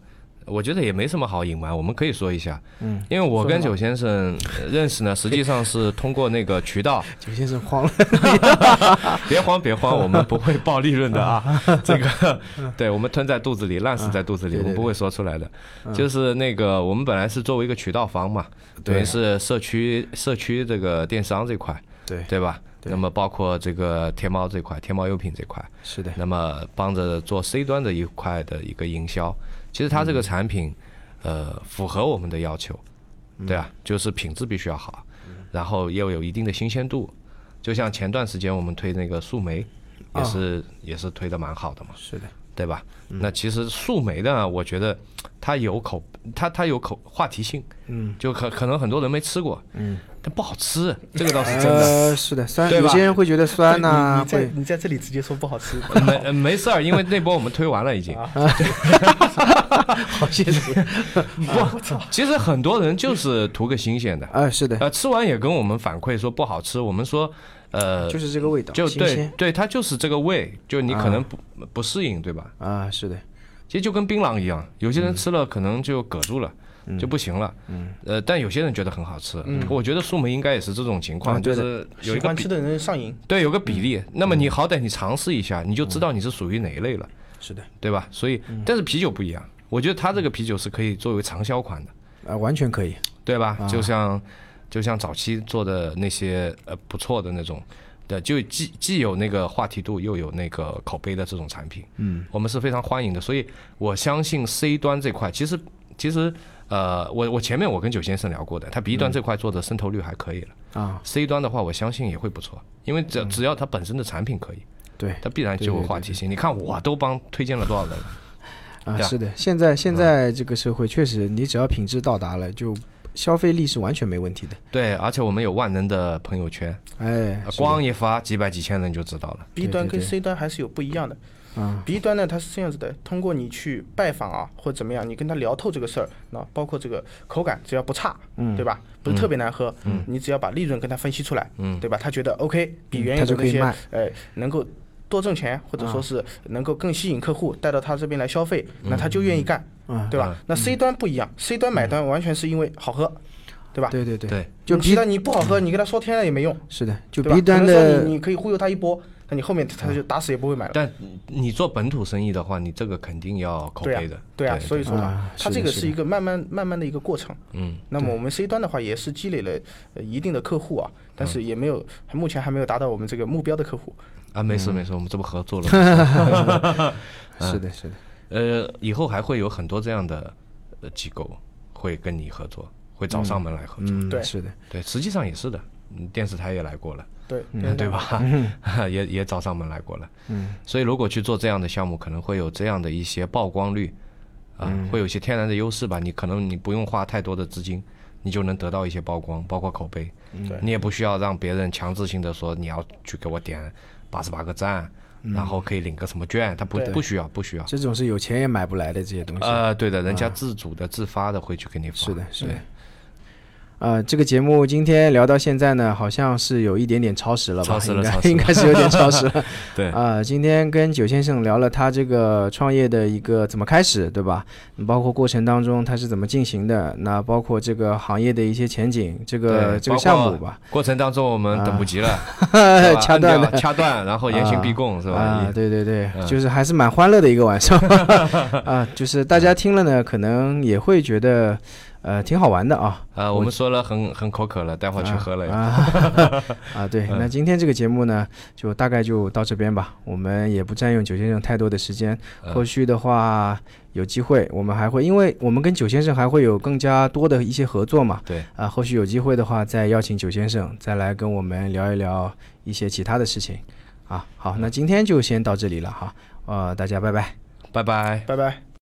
C: 我觉得也没什么好隐瞒，我们可以说一下。嗯，因为我跟九先生呃认识呢，实际上是通过那个渠道，
B: 九先生 慌了。
C: 别慌，别 慌，我们不会报利润的啊。这个，对我们吞在肚子里，烂死在肚子里，
B: 啊对对嗯
C: 我们不会说出来的。就是那个，我们本来是作为一个渠道方嘛，等于是社区社区这个电商这块，
B: 对
C: 对吧？
B: 对
C: 那么包括这个天猫这块，天猫优品这块，
B: 是的，
C: 那么帮着做 C 端的一块的一个营销。其实它
B: 嗯
C: 这个产品，呃，符合我们的要求，
B: 嗯
C: 对啊，就是品质必须要好，然后又有一定的新鲜度。就像前段时间我们推那个树莓，
B: 啊
C: 也是也是推的蛮好的嘛，
B: 是的，
C: 对吧？
B: 嗯
C: 那其实树莓呢，我觉得它有口，它它有口话题性，
B: 嗯，
C: 就可可能很多人没吃过，
B: 嗯，
C: 但不好吃，这个倒是真的。
B: 呃，是的，酸，
C: 对吧
B: 有些人会觉得酸呐，
D: 你你
B: 会
D: 在你在这里直接说不 好吃，
C: 没呃没事儿，因为那波我们推完了已经。
B: 好些人，
C: 其实很多人就是图个新鲜的，
B: 啊，是的，
C: 呃，吃完也跟我们反馈说不好吃，我们说，呃，
B: 就是这个味道，
C: 就
B: 新
C: 对
B: 鲜
C: 对，它就是这个味，就你可能不、不适应，对吧？
B: 啊，是的，
C: 其实就跟槟榔一样，有些人吃了可能就嗝住了。就不行了，嗯，呃，但有些人觉得很好吃，我觉得树莓应该也是这种情
B: 嗯
C: 况，
B: 啊对
C: 就
B: 的
C: 是有
D: 喜
C: 一个
D: 欢
C: 比
D: 吃的人上瘾。
C: 对有个比例，
B: 嗯
C: 那么你好歹你尝试一下，你就知道你是属于哪一类了，
B: 嗯是的，嗯
C: 对吧？所以，但是啤酒不一样，我觉得它这个啤酒是可以作为畅销款的，
B: 啊，完全可以，
C: 对吧？
B: 啊
C: 就像就像早期做的那些呃不错的那种的，就既既有那个话题度，又有那个口碑的这种产品，嗯，我们是非常欢迎的。所以我相信 C 端这块，其实其实呃，我我前面我跟九先生聊过的，他
B: 嗯
C: B 端这块做的渗透率还可以了、
B: 啊，
C: c 端的话我相信也会不错，因为
B: 嗯
C: 只只要它本身的产品可以，
B: 对，
C: 它必然就有话题性。你看我都帮推荐了多少人 了，
B: 啊，
C: 对啊
B: 是的，现在现在这个社会确实，你只要品质到达了，就消费力是完全没问题的。
C: 对，而且我们有万能的朋友圈，
B: 哎
C: 呃，
B: 是
C: 光一发几百几千人就知道了。
D: B 端
B: 对
D: 跟 C 端还是有不一样的。
B: 啊
D: B 端呢，它是这样子的，通过你去拜访啊，或者怎么样，你跟他聊透这个事儿，那包括这个口感，只要不差，
B: 嗯
D: 对吧？不是特别难喝，你只要把利润跟他分析出来，对吧？他觉得 OK，比原有
B: 嗯他就
D: 的
B: 可
D: 那
B: 以
D: 些，
B: 卖啊
D: 哎，能够多挣钱，或者说是能够更吸引客户带到他这边来消费，
B: 嗯
D: 那他就愿意干，
B: 啊，
D: 对吧？那 C 端不一样，C 端买单完全是因为好喝，对吧？
B: 嗯对对对，
C: 对
B: 就
D: 你知
B: B
D: 道你不好喝，你跟他说天了也没用，
B: 是的，就
D: 对吧
B: B？端
D: 可能说你
B: 的
D: 你可以忽悠他一波，那你后面他就打死也不会买了。
C: 但你做本土生意的话，你这个肯定要口
D: 对啊
C: 碑的，
D: 对啊，所以说嘛
B: 啊，
D: 它
B: 是
D: 这
B: 的
D: 个
B: 是
D: 是一个慢慢慢慢的一个过程。
C: 嗯，
D: 那么我们 C 端的话也是积累了呃一定的客户啊，但是也没有目前还没有达到我们这个目标的客户。
C: 啊，没
B: 嗯
C: 事没事，我们这不合作了 吗，
D: 嗯
B: 是的是的
C: 呃，以后还会有很多这样的呃机构会跟你合作，会找上门来合作，
B: 嗯
D: 对
B: 是的
C: 对，实际上也是的，嗯电视台也来过了，
D: 对，
B: 嗯
C: 对吧？嗯 也也找上门来过了，嗯，所以如果去做这样的项目，可能会有这样的一些曝光率，啊，
B: 嗯
C: 会有一些天然的优势吧，你可能你不用花太多的资金。你就能得到一些曝光，包括口碑。
B: 嗯
D: 对
C: 你也不需要让别人强制性的说你要去给我点八十八个赞，
B: 嗯
C: 然后可以领个什么券，他不
D: 对
C: 不需要不需要。
B: 这种是有钱也买不来的这些东西。
C: 呃，嗯对的，人家自主的、自发的会去给你
B: 嗯
C: 发。
B: 是的，是的
C: 对。
B: 啊，这个节目今天聊到现在呢，好像是有一点点超时了吧？
C: 超时了
B: 应
C: 超
B: 该
C: 时了
B: 应该是有点超时了。
C: 对
B: 啊，今天跟九先生聊了他这个创业的一个怎么开始，对吧？包括过程当中他是怎么进行的，那包括这个行业的一些前景，这个
C: 对
B: 这个
C: 包括
B: 项目吧，
C: 过程当中我们等不及了，对
B: 啊
C: 吧
B: 掐断
C: 按
B: 了
C: 掉掐断，然后严刑逼供是吧
B: 啊，？对对对，
C: 嗯
B: 就是还是蛮 欢乐的一个晚上啊，就是大家听了呢，可能也会觉得。呃，挺好玩的啊
C: 啊，我们说了很很口渴了，待会儿去喝了呀。嗯
B: 啊 啊！对，那今天这个节目呢，就大概就到这边吧，我们也不占用九先生太多的时间。
C: 嗯
B: 后续的话，有机会我们还会，因为我们跟九先生还会有更加多的一些合作嘛。
C: 对
B: 啊，后续有机会的话，再邀请九先生再来跟我们聊一聊一些其他的事情。啊，好，那今天就先到这里了哈，呃，大家拜拜。
C: 拜拜。
D: 拜拜。